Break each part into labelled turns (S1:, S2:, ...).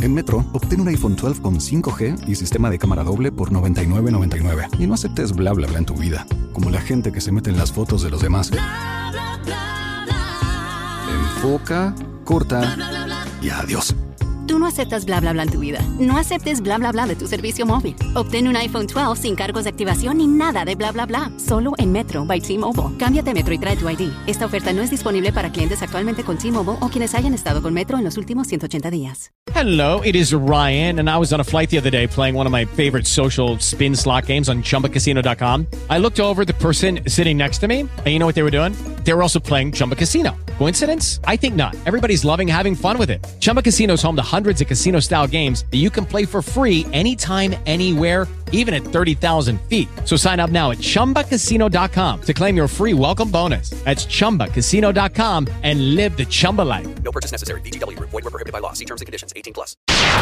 S1: En Metro, obtén un iPhone 12 con 5G y sistema de cámara doble por $99.99. Y no aceptes bla bla bla en tu vida, como la gente que se mete en las fotos de los demás. Enfoca, corta y adiós.
S2: Tú no aceptas bla bla bla en tu vida. No aceptes bla bla bla de tu servicio móvil. Obtén un iPhone 12 sin cargos de activación ni nada de bla bla bla. Solo en Metro by T-Mobile. Cámbiate a Metro y trae tu ID. Esta oferta no es disponible para clientes actualmente con T-Mobile o quienes hayan estado con Metro en los últimos 180 días.
S3: Hello, it is Ryan, and I was on a flight the other day playing one of my favorite social spin slot games on chumbacasino.com. I looked over at the person sitting next to me, and you know what they were doing? They were also playing Chumba Casino. Coincidence? I think not. Everybody's loving having fun with it. Chumba Casino is home to hundreds of casino style games that you can play for free anytime, anywhere, even at 30,000 feet. So sign up now at chumbacasino.com to claim your free welcome bonus. That's chumbacasino.com and live the Chumba life.
S4: No purchase necessary. VGW Group. Void were prohibited by law. See terms and conditions. 18 plus.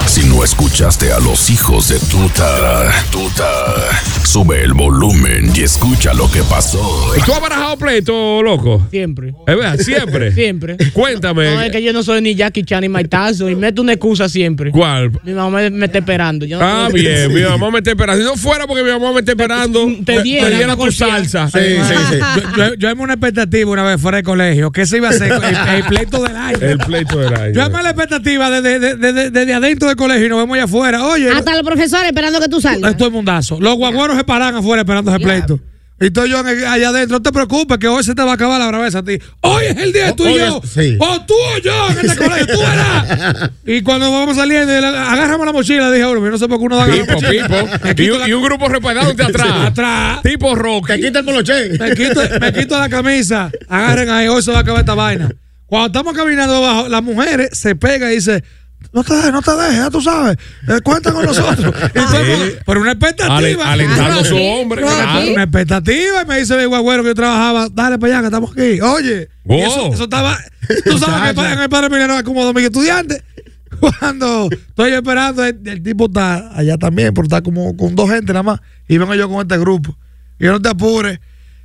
S5: Si no escuchaste a los hijos de tuta, tuta, sube el volumen y escucha lo que pasó.
S6: ¿Tú has barajado pleito, loco?
S7: Siempre.
S6: Es verdad, siempre.
S7: Siempre.
S6: Cuéntame.
S7: No, es que yo no soy ni Jackie Chan ni Maitazo y meto una excusa siempre.
S6: ¿Cuál?
S7: Mi mamá me, me está esperando. Yo no
S6: Ah,
S7: tengo-
S6: bien, mi mamá me está esperando. Si no fuera porque mi mamá me está esperando,
S7: Te diera,
S6: diera tu
S7: por cierto.
S6: salsa.
S8: Sí, sí, sí. Yo, yo, yo armé una expectativa una vez fuera de colegio. ¿Qué se iba a hacer? El, el pleito del aire.
S6: El pleito del aire.
S8: Yo armé la expectativa desde de, de- de- desde adentro del colegio y nos vemos allá afuera. Oye,
S9: Hasta los profesores esperando que tú salgas.
S8: esto es mundazo. Los guaguaros se paran afuera esperando ese pleito. Y estoy yo en el- allá adentro. No te preocupes que hoy se te va a acabar la braveza a ti. Hoy es el día de tú y
S6: hoy
S8: yo.
S6: es- sí.
S8: O tú o yo en este colegio. Tú verás. Y cuando vamos saliendo, y la- agarramos la mochila. Dije, hombre, no sé por qué uno da la
S6: Pipo,
S8: mochila.
S6: pipo. Y un, y un grupo respaldante atrás.
S8: Atrás.
S6: Tipo rock.
S10: Te quita el poloche.
S8: me quito, me quito la camisa, agarren ahí, hoy se va a acabar esta vaina. Cuando estamos caminando abajo, las mujeres se pegan y dicen, no te dejes, no te dejes, ya tú sabes, eh, cuenta con nosotros. Y todo el mundo, pero una
S6: Ale-
S8: expectativa.
S6: alentando a su hombre.
S8: Claro,
S6: claro.
S8: una expectativa. Y me dice el guagüero que yo trabajaba, dale para allá que estamos aquí. Oye, y
S6: Wow.
S8: eso, eso estaba, tú sabes que en el padre Emiliano como domingo estudiante. Cuando estoy esperando, el, el tipo está allá también, pero está como con dos gente nada más. Y vengo yo con este grupo. Y yo no te apures,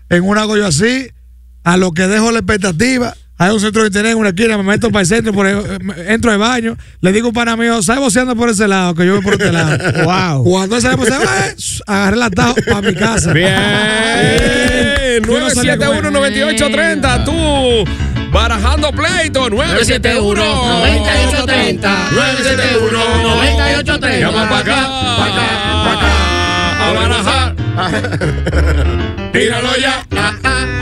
S8: en una hago yo así, a lo que dejo la expectativa. Hay un centro de internet en una esquina, me meto para el centro, por el- eh, entro al baño, le digo a un pana mío, ¿sabes boceando por ese lado? Que yo voy por este lado.
S7: Wow.
S8: Cuando ese lado se va, eh, agarré el atajo para mi casa.
S6: Bien.
S8: Yo no sabía que bueno.
S6: 971-9830. Tú. Barajando pleito. 971-9830.
S10: 971-9830.
S6: Llama para acá. Para acá. Para acá. A barajar. Tíralo ya.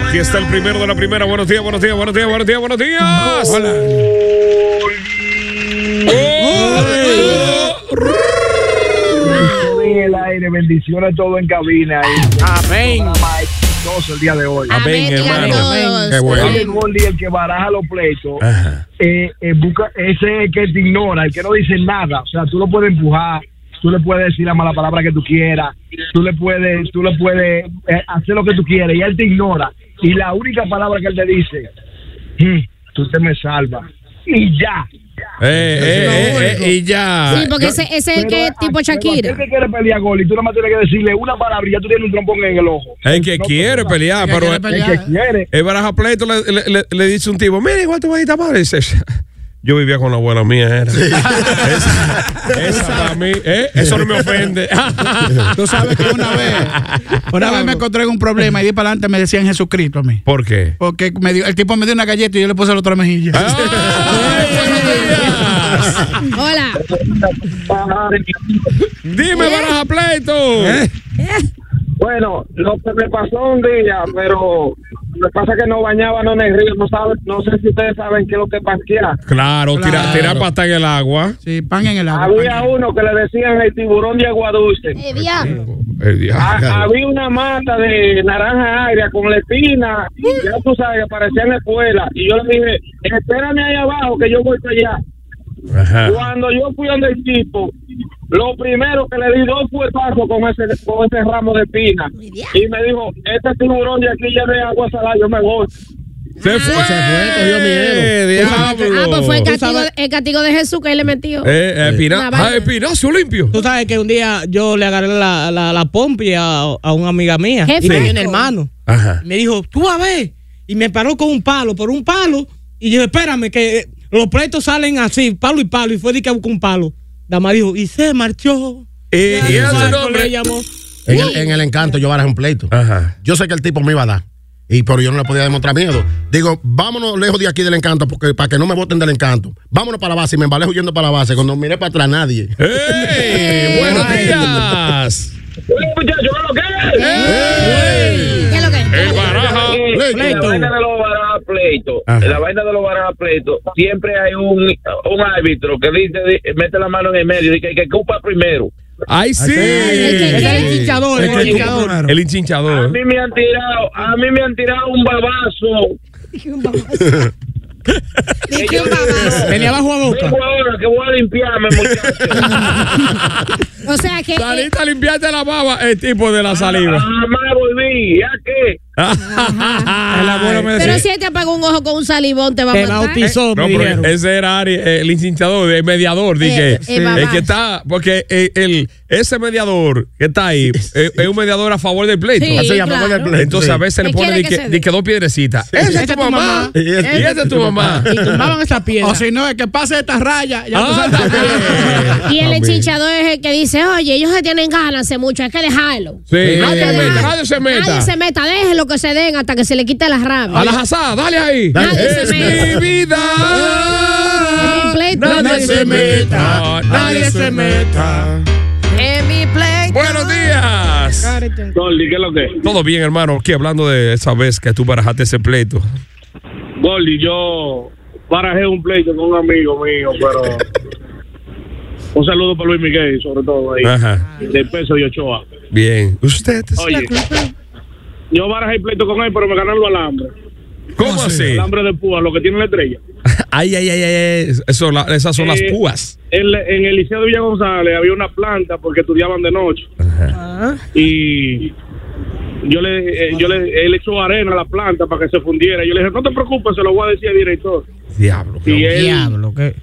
S6: Aquí está el primero de la primera. Buenos días, buenos días, buenos días, buenos días, buenos días. Hola.
S11: el aire, bendiciones todo en cabina.
S7: Amén.
S11: Exitoso el día de hoy.
S6: Amén,
S9: digan
S6: hermano.
S9: todos.
S6: Qué bueno.
S11: El Gordy, el que baraja los pleitos,
S6: Ajá.
S11: eh, eh, busca- ese que te ignora, el que no dice nada. O sea, tú lo puedes empujar, tú le puedes decir la mala palabra que tú quieras, tú le puedes, tú le puedes eh, hacer lo que tú quieres y él te ignora. Y la única palabra que él te dice, "Mm, tú te me salvas. Y ya.
S6: Eh, eh, eh, eh, y ya.
S9: Sí, porque ese, ese es el que es tipo Shakira.
S11: ¿Quién te quiere pelear, Goli? Tú nomás tienes que decirle una palabra y ya tú tienes un trompón en el ojo.
S6: El que quiere pelear, pero el,
S11: El que quiere.
S6: el baraja pleito le, le- le- le dice un tipo, mira, igual tu bajita madre. Dice, yo vivía con la abuela mía, era. esa, esa para mí, ¿eh? eso no me ofende.
S10: Tú sabes que una vez, una vez me encontré en un problema y di para adelante, me decían Jesucristo a mí.
S6: ¿Por qué?
S10: Porque me dio- el tipo me dio una galleta y yo le puse la otra mejilla.
S6: ¡Ay, Ah. buenos días!
S9: Hola. ¿Eh?
S6: Dime, baraja pleito.
S11: Bueno, lo que me pasó un día, pero lo que pasa es que no bañaba no en el río, no sabe, no sé si ustedes saben qué es lo que pasquea.
S6: Claro, Tirar,
S10: Claro.
S6: tirar pata en el agua.
S10: Sí, pan en el agua.
S11: Había
S10: pan.
S11: uno que le decían el tiburón de agua dulce.
S9: Eh, diablo.
S6: El
S11: Ha-
S6: diablo.
S11: había una mata de naranja agria con la espina, y ya tú sabes, que parecían espuelas. Y yo le dije, espérame ahí abajo que yo voy para allá.
S6: Ajá.
S11: Cuando yo fui donde el tipo, lo primero que le di dos paso con ese, con ese ramo de espina. Y me dijo, este tiburón de aquí ya de agua salada, yo me voy.
S6: Se fue. Eh,
S10: cogió miedo.
S6: Diablo.
S9: Ah, pues fue el
S7: Tú
S9: castigo,
S7: sabes-
S9: el castigo de Jesús que él le metió.
S6: Eh, espina-
S9: Una vaina.
S6: ah, espinazo limpio.
S7: Tú sabes que un día yo le agarré la, la, la pompi a, a una amiga mía.
S9: Qué
S7: y me dio un
S9: fresco.
S7: hermano.
S6: Ajá.
S7: Y Me dijo, tú a ver. Y me paró con un palo, por un palo. Y yo, espérame, que eh, los pleitos salen así, palo y palo. Y fue de que buscó un palo. Dama dijo, y se marchó.
S12: Eh,
S7: Ya
S12: ¿y
S7: no
S12: ese
S7: sabe
S12: nombre?
S7: cómo le llamó.
S12: En el, en el encanto yo barajé un pleito. Yo sé que el tipo me iba a dar. Y, pero yo no le podía demostrar miedo. Digo, vámonos lejos de aquí del encanto porque para que no me voten del encanto. Vámonos para la base y me embalé huyendo para la base. Cuando miré para atrás, nadie.
S6: ¡Ey! ¡Buenos días!
S13: ¿Qué es lo que?
S6: Eh, El baraja.
S11: La vaina de los baraja pleito.
S6: Ajá.
S11: La vaina de los baraja pleito. Siempre hay un, un árbitro que dice, di- mete la mano en el medio y que, que ocupa primero.
S6: ¡Ay, sí!
S11: El que ocupa primero.
S6: El hinchador.
S11: A mí me han tirado, a mí me han tirado un babazo. ¿Y qué un babazo?
S7: Venía abajo a boca.
S11: Vengo ahora que voy a limpiarme, muchachos.
S13: O sea que. eh,
S6: Saliste a limpiarte la baba, el tipo de la saliva.
S11: Jamás volví, ¿ya qué?
S6: Ah. el abuelo me
S13: Pero si él te apagó un ojo con un salivón, te va a matar.
S6: Eh, No, pero ese era Ari, eh, el hinchador, el mediador, dije.
S13: eh, babá.
S6: el que está, porque eh, el, ese mediador que está ahí eh, es un mediador a favor del pleito.
S12: Sí, Ah, sí, a favor claro. del pleito,
S6: Entonces
S12: sí.
S6: a veces le
S12: Él
S6: pone
S12: quiere que
S6: dije,
S12: se dé.
S6: dije dos piedrecitas. Esa es tu mamá. Y esa es tu mamá.
S10: Y tumbaban
S7: esa piedra.
S10: O si no, es que pase esta raya. Ya tú
S6: Ah,
S10: sabes.
S13: Y el hinchador es el que dice, oye, ellos se tienen ganas hace mucho, hay que dejarlo.
S6: Sí,
S12: Sí.
S6: nadie se meta, nadie se
S13: Nadie
S6: meta.
S13: se meta, déjenlo que se den hasta que se le quite la rabia.
S6: A la jazá, dale ahí.
S13: Nadie se
S6: es
S13: meta.
S6: mi vida.
S13: Es mi pleito.
S6: Nadie se meta. Nadie se meta.
S13: Es mi pleito.
S6: Buenos días.
S11: Gordy, ¿qué es lo que?
S6: Todo bien, hermano. Aquí hablando de esa vez que tú barajaste ese pleito.
S11: Gordy, yo barajé un pleito con un amigo mío, pero. Un saludo para Luis Miguel, sobre todo ahí.
S6: Ajá.
S11: De peso y Ochoa.
S6: Bien. Usted es
S11: Oye, yo barajé el pleito con él, pero me ganaron los alambres.
S6: ¿Cómo así?
S11: Alambre de púa, lo que tiene la estrella.
S6: Ay, ay, ay, ay. Eso, la- esas son las
S11: Eh,
S6: púas.
S11: En, la- en el Liceo de Villa González había una planta porque estudiaban de noche. Y yo le, eh, yo le, él echó arena a la planta para que se fundiera. Yo le dije, no te preocupes, se lo voy a decir al director.
S6: Diablo.
S11: Y él
S7: Diablo, ¿qué?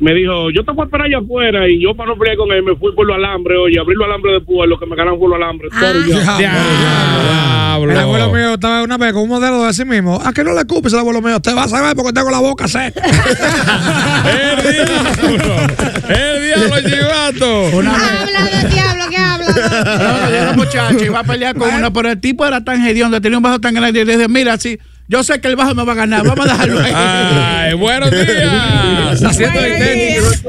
S11: me dijo, yo te voy a esperar allá afuera. Y yo para no pelear con él, me fui por los alambres, oye, abrí los alambres de púa, lo que me ganaron fue los alambres.
S8: Ah.
S11: Todo yo.
S6: Diablo.
S8: El abuelo mío estaba una vez con un modelo de sí mismo. ¿A que no le escupes el abuelo mío? Te vas a ver porque tengo la boca seca.
S6: ¡El diablo, chivato!
S13: Habla de diablo, que habla.
S10: No, yo era muchacho iba a pelear con una, pero el tipo era tan hediondo, tenía un bajo tan grande. Y le dije, mira, sí, yo sé que el bajo me va a ganar, vamos a dejarlo ahí.
S6: Ah, Ay, buenos días. Haciendo el tenis.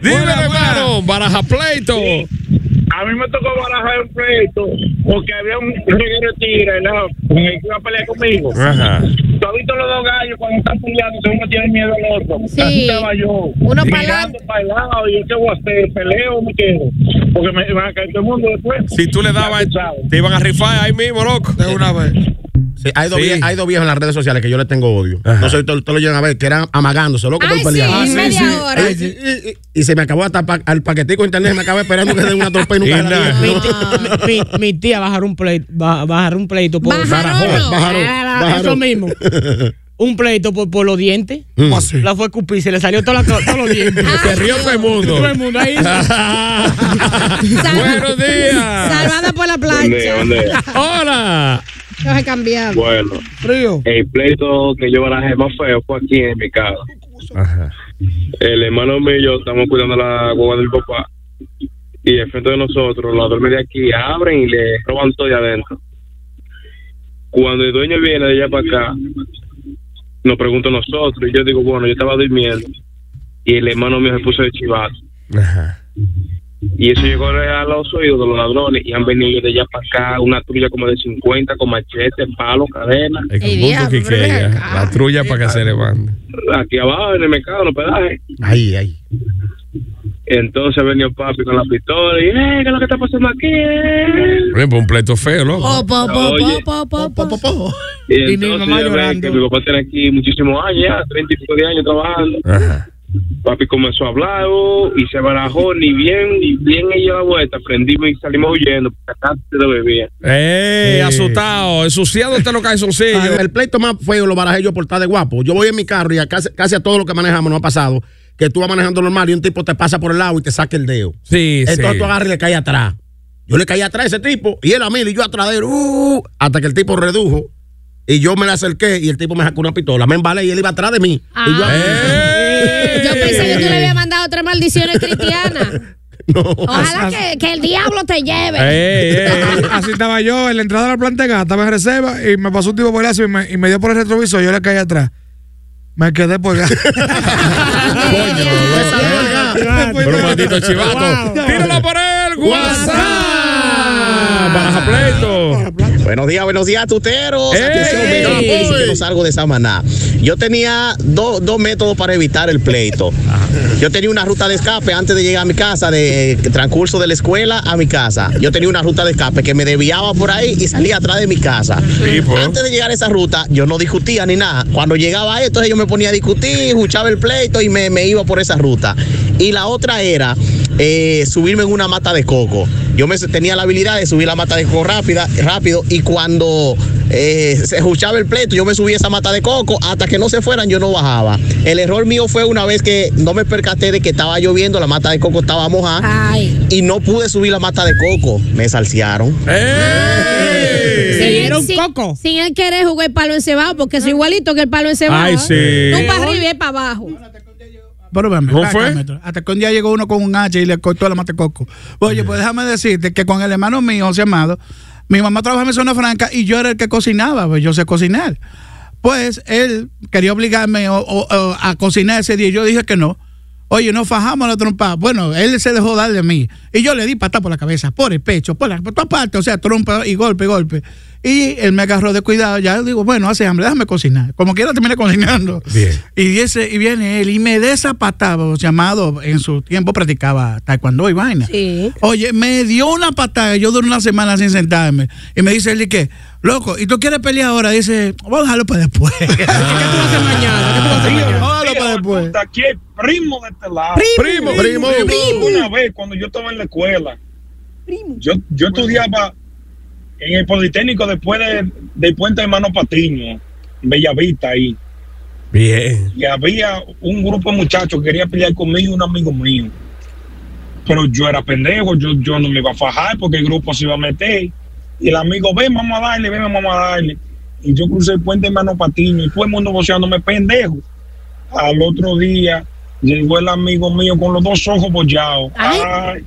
S6: Dime, hermano, baraja pleito.
S11: A mí me tocó barajar un pleito porque había un reguero de tigre, ¿no? Con el que iba a pelear conmigo.
S6: Ajá.
S11: ¿Tú has visto los dos gallos cuando están peleando? que Uno tiene miedo al otro.
S13: Sí.
S11: Así estaba yo.
S13: Uno
S11: Mirando
S13: pa'lante.
S11: pa'l lado, Y yo qué voy a hacer, peleo o me quedo. Porque me van a caer todo el mundo después.
S6: Si tú le dabas, te iban a rifar ahí mismo, loco. De una vez.
S12: Sí, hay, dos
S6: Sí.
S12: vie- hay dos viejos en las redes sociales que yo les tengo odio. No sé, ustedes ustedes lo llegan a ver, que eran amagándose, loco, por
S13: Ay, sí,
S12: pelear.
S6: Ah,
S13: media hora.
S12: Ey, y- y- Y se me acabó hasta pa- al paquetico de internet, me acabé esperando que se den una torpe y nunca
S6: Y
S12: se la
S6: nada.
S12: dieron.
S7: Mi, mi tía bajaron un pleito, ba- bajaron un pleito por
S12: Bajaron, bajaron,
S7: Ah,
S12: bajaron.
S7: eso mismo. Un pleito por, por los dientes. La fue a escupir, se le salió toda la- todos los dientes.
S6: Mm.
S9: Ah.
S6: Se rió todo el mundo.
S7: Todo el mundo ahí.
S6: Buenos días.
S13: Salvada por la
S11: ¿Dónde,
S13: plancha.
S11: dónde?
S6: Hola.
S13: Yo he cambiado.
S11: Bueno, el pleito que yo barajé más feo fue aquí en mi casa. El hermano mío y yo estamos cuidando la guagua del papá. Y de frente de nosotros, los duermes de aquí abren y le roban todo de adentro. Cuando el dueño viene de allá para acá, nos pregunta a nosotros. Y yo digo, bueno, yo estaba durmiendo. Y el hermano mío se puso de chivato. Y eso llegó a los oídos de los ladrones y han venido de allá para acá una trulla como de 50 con machete, palo, cadena.
S6: El
S13: Ey,
S6: conjunto
S13: diablo,
S6: que
S13: pero ven
S6: quería,
S13: acá.
S6: La trulla para que se levante.
S11: Aquí abajo en el mercado, en los pedajes.
S12: Ay, ay.
S11: Entonces ha venido papi con la pistola y, eh, ¿qué es lo que está pasando aquí? eh?"
S6: Por ejemplo, un pleito feo, loco.
S13: Oh, Po, po, po,
S11: Oye.
S13: po, po, po, po, po.
S11: Y,
S7: Y mi
S11: entonces
S7: mamá
S11: ya ve
S7: llorando.
S11: que mi papá tiene aquí muchísimos años, ya, 30 y pico de años trabajando. Papi comenzó a hablar oh, y se barajó, ni bien, ni bien ella la vuelta. Prendimos y salimos huyendo porque acá se lo bebía.
S6: ¡Ey!
S12: Sí. Ah,
S6: Asustado, ensuciado este hasta los calzoncillos.
S12: El pleito más feo lo barajé yo por estar de guapo. Yo voy en mi carro y a casi, casi a todo lo que manejamos nos ha pasado que tú vas manejando normal y un tipo te pasa por el lado y te saca el dedo.
S6: Sí,
S12: Entonces
S6: sí.
S12: tú agarras y le caes atrás. Yo le caí atrás a ese tipo y él a mí y yo atrás de él. ¡uh! hasta que el tipo redujo Y yo me le acerqué y el tipo me sacó una pistola. Me embalé y él iba atrás de mí. Y
S6: Ah.
S12: yo,
S9: Yo pensé que tú le habías mandado tres maldiciones cristianas. Ojalá que, que el diablo te lleve.
S6: Eh.
S8: Así estaba yo en la entrada de la planta de gas, estaba en reserva y me pasó un tipo por el lazo y me, y me dio por el retrovisor. Yo le caí atrás. Me quedé por gas.
S6: Pero maldito chivato. Tíralo por el WhatsApp. Baja pleito.
S14: Buenos días, buenos días, tuteros. Atención, mira, dice que no salgo de Samaná. Yo tenía do- dos métodos para evitar el pleito. Yo tenía una ruta de escape antes de llegar a mi casa, de eh, transcurso de la escuela a mi casa. Yo tenía una ruta de escape que me desviaba por ahí y salía atrás de mi casa. Antes de llegar a esa ruta, yo no discutía ni nada. Cuando llegaba ahí, entonces yo me ponía a discutir, escuchaba el pleito y me, me iba por esa ruta. Y la otra era eh, subirme en una mata de coco. Yo me tenía la habilidad de subir la mata de coco rápida, rápido y cuando eh, se escuchaba el pleito, yo me subía a esa mata de coco hasta que no se fueran, yo no bajaba. El error mío fue una vez que no me percaté de que estaba lloviendo, la mata de coco estaba mojada y no pude subir la mata de coco. Me salsearon.
S9: Sin- sin- Sin él querer jugar el palo encebado, porque es igualito que el palo encebado.
S10: Ay, sí.
S9: Tú para arriba y él para abajo.
S10: Pero ven,
S9: ¿Cómo
S10: ven acá,
S9: fue?
S10: maestro. Hasta que un día llegó uno con un hacha y le cortó la mata coco. Oye, pues déjame decirte que con el hermano mío, José Amado, mi mamá trabajaba en zona franca y yo era el que cocinaba, pues yo sé cocinar. Pues él quería obligarme o- o- o a cocinar ese día y yo dije que no. Oye, nos fajamos la trompa. Bueno, él se dejó dar de mí. Y yo le di patada por la cabeza, por el pecho, por, la, por todas partes. O sea, trompa y golpe, golpe. Y él me agarró de cuidado. Ya digo, bueno, hace hambre, déjame cocinar. Como quiera terminé cocinando.
S6: Bien.
S10: Y, dice, y viene él y me desapataba, llamado en su tiempo practicaba taekwondo y vaina. Oye, me dio una patada, yo duré una semana sin sentarme. Y me dice él, ¿y qué? Loco, ¿y tú quieres pelear ahora? Dice, vamos a dejarlo para después. ¿Qué tú vas a hacer mañana? ¿Qué tú vas a hacer mañana? Vamos a dejarlo para después.
S15: Aquí hay Eh, primo de este lado.
S10: Primo, primo, primo.
S15: Una vez cuando yo estaba en la escuela, yo, yo estudiaba en el Politécnico después de, del Puente Hermano Patiño, en Bellavista ahí.
S6: Bien.
S15: Y había un grupo de muchachos que quería pelear conmigo y un amigo mío. Pero yo era pendejo, yo, yo no me iba a fajar porque el grupo se iba a meter. Y el amigo, ven, vamos a darle, ven, vamos a darle. Y yo crucé el puente hermano Patiño y todo el mundo boceándome pendejo. Al otro día llegó el amigo mío con los dos ojos bollados. Ah, Ay,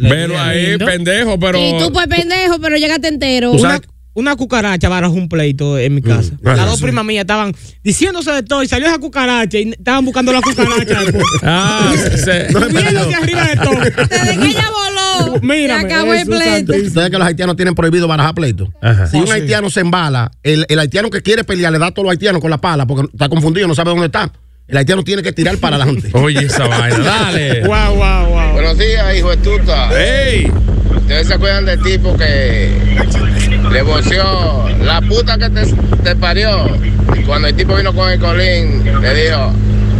S6: Pero ahí, pendejo, pero.
S9: y tú pues pendejo, pero llegaste entero.
S7: Una, una cucaracha barajó un pleito en mi casa.
S6: vale,
S7: Las dos
S6: Mm. Ah, sí.
S7: primas mías estaban diciéndose de todo y salió esa cucaracha y estaban buscando la cucaracha después.
S6: Ah, se-
S7: Viéndose arriba de todo. Desde que ella voló. Mira, acabó el pleito.
S12: Ustedes que los haitianos tienen prohibido barajar pleito. Si
S16: Oh,
S12: un
S7: Sí.
S12: haitiano se embala, el, el haitiano que quiere pelear le da a todos los haitianos con la pala porque está confundido, no sabe dónde está. El haitiano tiene que tirar para adelante.
S6: Oye, esa vaina, dale.
S12: Guau, guau, guau.
S17: Buenos días, hijo de tuta.
S6: ¡Ey!
S17: ¿Ustedes se acuerdan del tipo que le voció la puta que te, te parió? Y cuando el tipo vino con el colín, le dijo,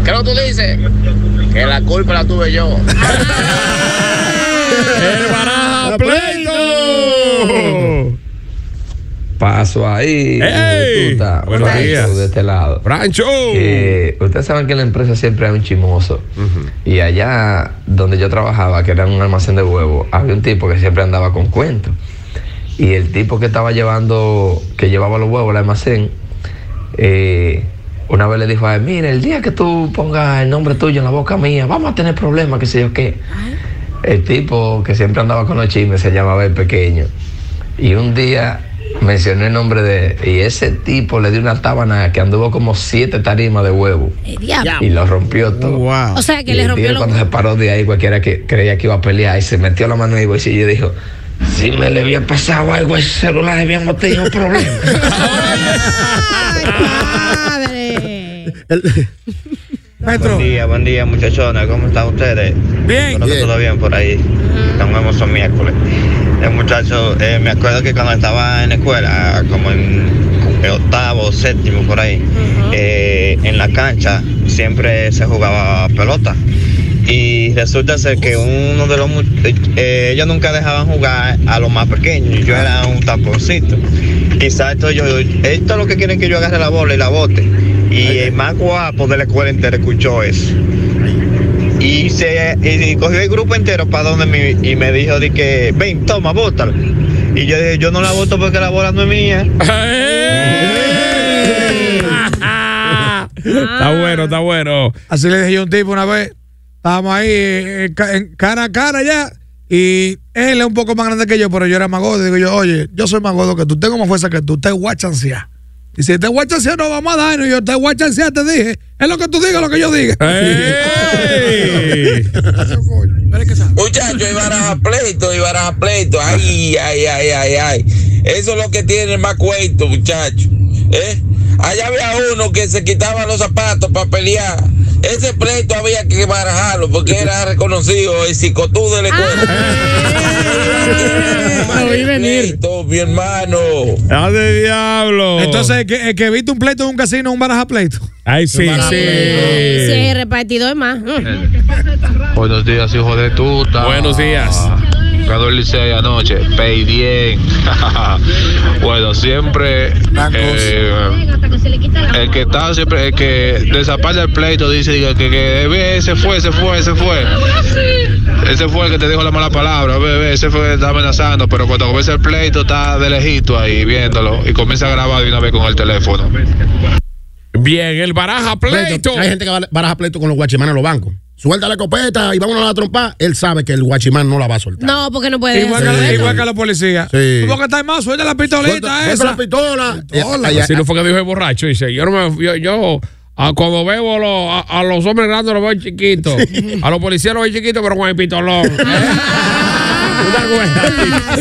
S17: ¿qué es lo que tú dices? Que la culpa la tuve yo.
S6: ¡El baraja pleito!
S18: Paso ahí.
S6: ¡Ey!
S18: prostituta.
S6: Buenos
S18: Francho
S6: días.
S18: De este lado.
S6: ¡Francho!
S18: ustedes saben que en la empresa siempre hay un chismoso. Y allá donde yo trabajaba, que era un almacén de huevos, había un tipo que siempre andaba con cuentos. Y el tipo que estaba llevando, que llevaba los huevos al almacén, eh, una vez le dijo a él, mire, el día que tú pongas el nombre tuyo en la boca mía, vamos a tener problemas, qué sé yo qué. El tipo que siempre andaba con los chismes se llamaba el pequeño. Y un día mencionó el nombre de él, y ese tipo le dio una tábana que anduvo como siete tarimas de huevo.
S9: Eh, diablo.
S18: Y lo rompió todo.
S9: O sea, que
S18: Y
S9: le
S18: el
S9: rompió
S18: tigre
S9: los
S18: cuando se paró de ahí, cualquiera que creía que iba a pelear y se metió la mano en el bolsillo y dijo, si me le había pasado algo a ese celular, habíamos tenido un problema.
S19: Buen día, buen día, muchachones. ¿Cómo están ustedes? Bien. Espero que todo bien por ahí. Nos vemos el miércoles. Eh, muchachos, eh, me acuerdo que cuando estaba en la escuela, como en el octavo, séptimo, por ahí, eh, en la cancha siempre se jugaba pelota. Y resulta ser que uno de los mu- eh, eh, ellos nunca dejaban jugar a los más pequeños. Yo era un taponcito. Quizás esto yo, esto es lo que quieren que yo agarre la bola y la bote. Y el más guapo de la escuela entera escuchó eso. Y se y cogió el grupo entero para donde me, y me dijo de que ven, toma, bótala. Y yo dije, yo no la voto porque la bola no es mía.
S6: Está
S9: Ah.
S8: Ah.
S6: bueno, está bueno.
S8: Así le dije yo a un tipo una vez. Estábamos ahí eh, en ca- en cara a cara ya. Y él es un poco más grande que yo, pero yo era más gordo. Digo yo, oye, yo soy más gordo que tú. Tengo más fuerza que tú. Te voy a chancear. Dice, te voy a chancear, no vamos a dar. Y yo, te voy a chancear, te dije. Es lo que tú digas, lo que yo diga.
S6: ¡Eh!
S20: Muchachos, y baraja pleito, y baraja pleito. Ay, ay, ay, ay, ay. Eso es lo que tiene más cuento, muchachos. ¿Eh? Allá había uno que se quitaba los zapatos para pelear. Ese pleito había que barajarlo porque era reconocido el psicotudo de la escuela.
S7: Lo vi
S20: venir. Mi hermano.
S6: ¡Ah, de diablo!
S8: Entonces, el que, el que evite un pleito en un casino, un baraja pleito.
S6: Ay, sí,
S9: Si es el repartidor es más. Mm.
S21: Buenos días, hijo de tuta. Buenos días. Ganó el Licey anoche, pay bien. bueno, siempre eh, el que está siempre el que desaparece el pleito dice diga, que, que ve, se fue, se fue, se fue. Ese fue el que te dijo la mala palabra, bebé, ese fue el que está amenazando, pero cuando comienza el pleito está de lejito ahí viéndolo y comienza a grabar de una vez con el teléfono.
S6: Bien, el baraja pleito.
S12: Hay gente que ba- baraja pleito con los guachimanes en los bancos. Suelta la escopeta y vámonos a la trompa. Él sabe que el guachimán no la va a soltar.
S9: No, porque no puede.
S8: Igual,
S12: Sí.
S8: que,
S6: eh.
S8: igual que la policía.
S12: Sí.
S8: Tú porque estás más, suelta la pistolita
S12: Suelta-
S8: esa.
S12: suelta la pistola.
S8: Pistola.
S6: si no fue que dijo el borracho, dice, yo no me, yo, yo, ah, cuando veo a los- a, a los hombres grandes los veo chiquitos, a los policías los veo chiquitos, pero con el pistolón.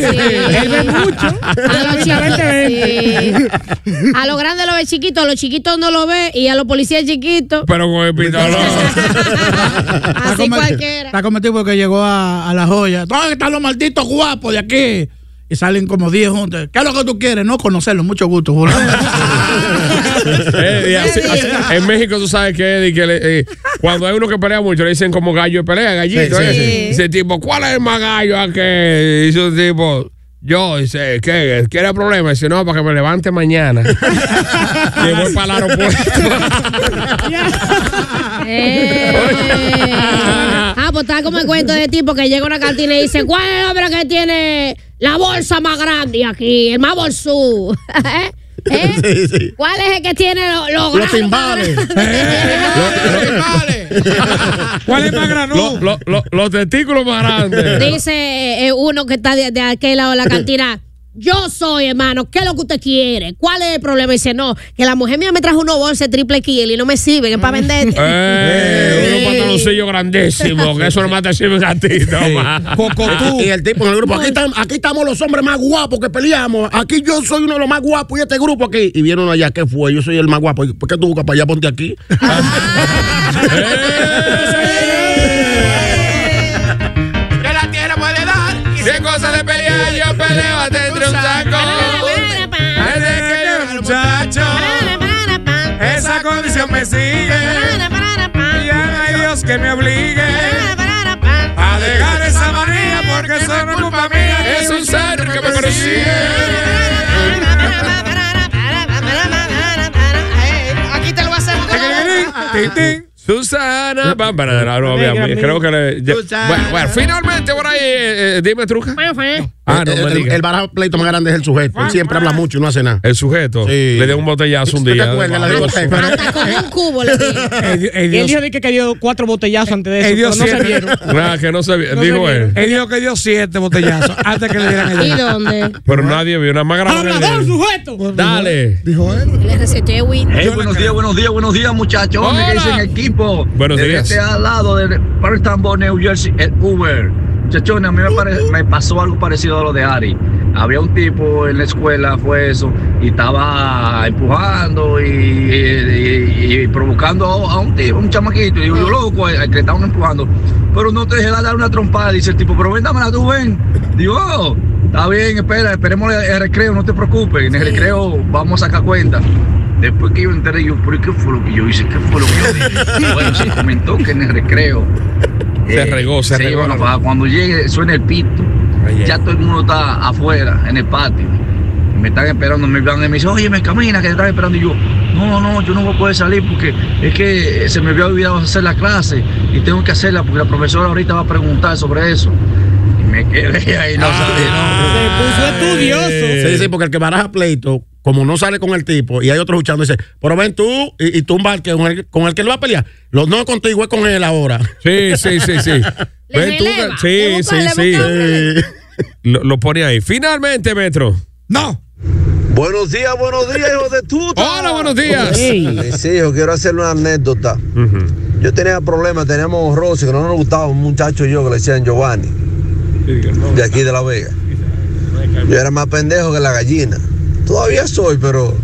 S9: Él ve mucho. A los chiquitos. sí. A los grandes lo ve chiquito, a los chiquitos no lo ve y a los policías chiquitos.
S6: Pero con el pistolón.
S10: Está
S9: Así
S10: cometido-
S9: cualquiera.
S10: Está cometido porque llegó a, a la joya. ¿Dónde están los malditos guapos de aquí? Y salen como 10 juntos. ¿Qué es lo que tú quieres? No conocerlos. Mucho gusto, fulano.
S6: Eh, y así- así- en México tú sabes que, Eddie, que le- eh, cuando hay uno que pelea mucho le dicen como gallo de pelea, gallito.
S13: Sí, sí.
S6: eh.
S13: Sí.
S6: Dice tipo, ¿cuál es el más gallo aquel? Dice un tipo, yo, dice, ¿qué? ¿Quiere problema? Dice, no, para que me levante mañana. que voy para el aeropuerto.
S9: Ah, pues está como el cuento de tipo que llega una cantina y dice, ¿cuál es el hombre que tiene la bolsa más grande aquí? El más bolsú. ¿Eh? ¿Eh? ¿Cuál es el que tiene lo- lo
S13: Los
S9: grande?
S13: timbales.
S6: ¿Cuál es más granoso? los testículos más grandes.
S9: Dice eh, eh, uno que está de, de aquel lado de la cantina. Yo soy, hermano, ¿qué es lo que usted quiere? ¿Cuál es el problema? Y dice, no, que la mujer mía me trajo unos bolsas triple kill y no me sirven, es para venderte.
S6: Eh, unos pantaloncillos grandísimos, que eso nomás te sirve a ti, toma. Ah,
S12: Y y el tipo en el grupo, aquí, están- aquí estamos los hombres más guapos que peleamos. Aquí yo soy uno de los más guapos y este grupo aquí. Y vieron allá, ¿qué fue? Yo soy el más guapo. ¿Y ¿Por qué tú buscas para allá? Ponte aquí.
S13: Que la tierra puede dar. Y si cosas de pelear, yo peleo hasta entre un saco. Ay, de que yo, muchacho. Esa condición me sigue. Y ya no hay Dios que me obligue a dejar esa manía porque eso no es culpa mía. Es un ser que me persigue.
S22: Aquí te lo hacemos.
S6: Susana, va, va, va, va, va, va, creo que le- ya- bueno, bueno, finalmente por ahí, eh, eh, dime truca. Ah, no
S12: el,
S6: me
S12: el-
S6: digas.
S12: el barajo pleito más grande es el sujeto. Él siempre habla mucho y no hace nada.
S6: El sujeto le dio un botellazo un
S12: ¿Tú te
S6: día.
S12: acuerdas de la discoteca?
S9: Hasta con un cubo le di.
S7: Y él dijo de que, que dio cuatro botellazos antes de eso,
S8: Él dio
S7: pero no se
S8: siete.
S7: vieron.
S6: Ah, que no se vi-
S8: No se
S6: dijo él.
S8: Él dijo que dio siete botellazos antes que le dieran Ah, el
S9: ¿Y dónde?
S6: Pero nadie vio, nada más grabado.
S9: ¡Hablador, sujeto!
S6: Dale.
S8: Dijo él.
S9: Le receté weed.
S23: Hey, buenos días, buenos días, buenos días, muchachos. Hombre, ¿qué dicen equipo?
S6: Buenos
S23: Desde
S6: días.
S23: Este al lado de Park Tambo, New Jersey, el Uber. Muchachones, a mí me, pare- me pasó algo parecido a lo de Ari. Había un tipo en la escuela, fue eso, y estaba empujando y, y- y- y provocando a, a un tipo, un chamaquito. Y digo, yo loco, al al que estaban empujando. Pero no te dejé dar una trompada, dice el tipo, pero ven, dámela tú, ven. Digo, "Oh, está bien, espera, esperemos el, el recreo, no te preocupes. En el recreo vamos a sacar cuenta. Después que yo entré, yo, ¿pero qué fue lo que yo hice? ¿Qué fue lo que yo dije? Bueno, se comentó que en el recreo.
S6: Se regó, se regó.
S23: iban a bajar. Cuando llegue, suena el pito. Ya todo el mundo está afuera, en el patio. Y Me están esperando, me van y me dicen, oye, me camina, que te están esperando. Y yo, no, no, yo no voy a poder salir porque es que eh, se me había olvidado hacer la clase y tengo que hacerla porque la profesora ahorita va a preguntar sobre eso. Y me quedé ahí, no sabía.
S6: Ah.
S12: Se puso estudioso. Sí, sí, porque el que baraja pleito como no sale con el tipo y hay otro luchando, dice, pero ven tú y, y tumba al que, con, el, con el que él va a pelear. Lo, no contigo, es con él ahora.
S6: Sí, sí, sí, sí.
S12: Le
S6: Ven tú,
S12: releva,
S6: sí,
S12: le busca-
S6: sí,
S12: le
S6: sí.
S12: busca un
S6: Lo, lo pone ahí. Finalmente, Metro. No.
S1: Buenos días, buenos días, hijo de tuta.
S6: Hola, buenos días.
S1: Mis hijos, quiero hacerle una anécdota. Yo tenía problemas, teníamos roces que no nos gustaba un muchacho y yo que le decían Giovanni, de aquí de La Vega. Yo era más pendejo que la gallina. Todavía soy, pero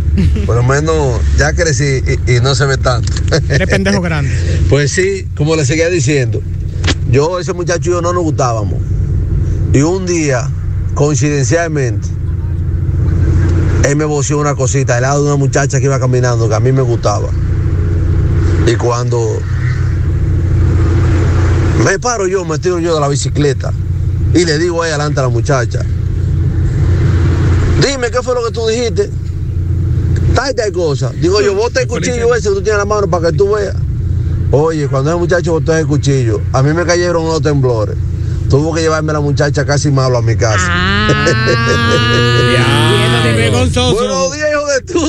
S1: por lo menos ya crecí y, y no se ve tanto.
S7: Eres pendejo grande.
S1: Pues sí, como le seguía diciendo, yo, ese muchacho y yo no nos gustábamos. Y un día, coincidencialmente, él me voció una cosita al lado de una muchacha que iba caminando que a mí me gustaba. Y cuando me paro yo, me tiro yo de la bicicleta y le digo ahí adelante a la muchacha, dime qué fue lo que tú dijiste. Tal y tal cosa. Digo yo, bota el cuchillo ese que tú tienes en la mano para que tú veas. Oye, cuando el muchacho botó el cuchillo, a mí me cayeron unos temblores. Tuvo que llevarme la muchacha casi malo a mi casa.
S9: Buenos
S1: días, hijo de tu.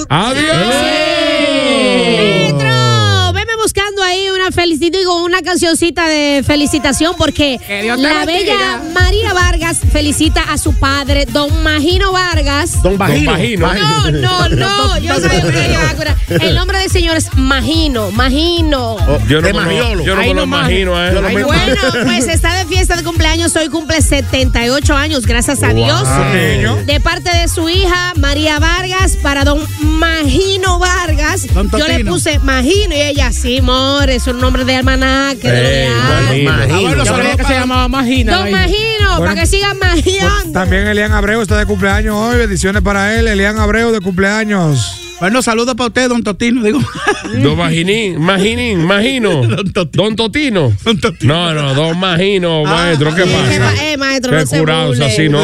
S9: Metro, veme buscando ahí una felicito y con una cancioncita de felicitación porque
S2: Dios te bendiga.
S9: la bella María Vargas felicita a su padre, don Magino Vargas.
S12: Don Vagino. Don Vagino.
S9: No, no, no. Yo sabía que me iba a curar. El nombre del señor es Magino, Magino.
S6: Oh, Yo no
S12: de
S6: me lo-
S12: Magiolo.
S6: yo no me
S12: Ahí
S6: lo
S12: nomás.
S6: imagino ¿eh? a él.
S12: Yo no me-
S6: Ay,
S9: Bueno, pues está de fiesta de cumpleaños. Hoy cumple 78 años, gracias a
S6: Wow.
S9: Dios.
S6: Pequeño.
S9: De parte de su hija, María Vargas, para don Magino Vargas. Yo le
S10: Tatino.
S9: puse Magino y ella, sí, more, es un nombre de almanaque.
S6: Eh.
S9: de lo de
S10: Ey,
S9: antes".
S10: Magino. Magino.
S9: Yo creía que se llamaba Magina. Don Magino,
S8: Bueno.
S9: para que sigan magiando.
S8: También Elian Abreu está de cumpleaños hoy. Bendiciones para él. Elian Abreu de cumpleaños.
S10: Bueno, saludos para usted, don Totino, digo.
S6: Don Maginín, Maginín, Magino. Don Totino. Don Totino. No, no, Don
S12: Ah,
S6: Magino, maestro, ¿qué
S9: Eh,
S6: pasa?
S9: ma- eh, maestro,
S6: Qué
S9: no se
S6: curado,
S9: burle.
S6: así, ¿no?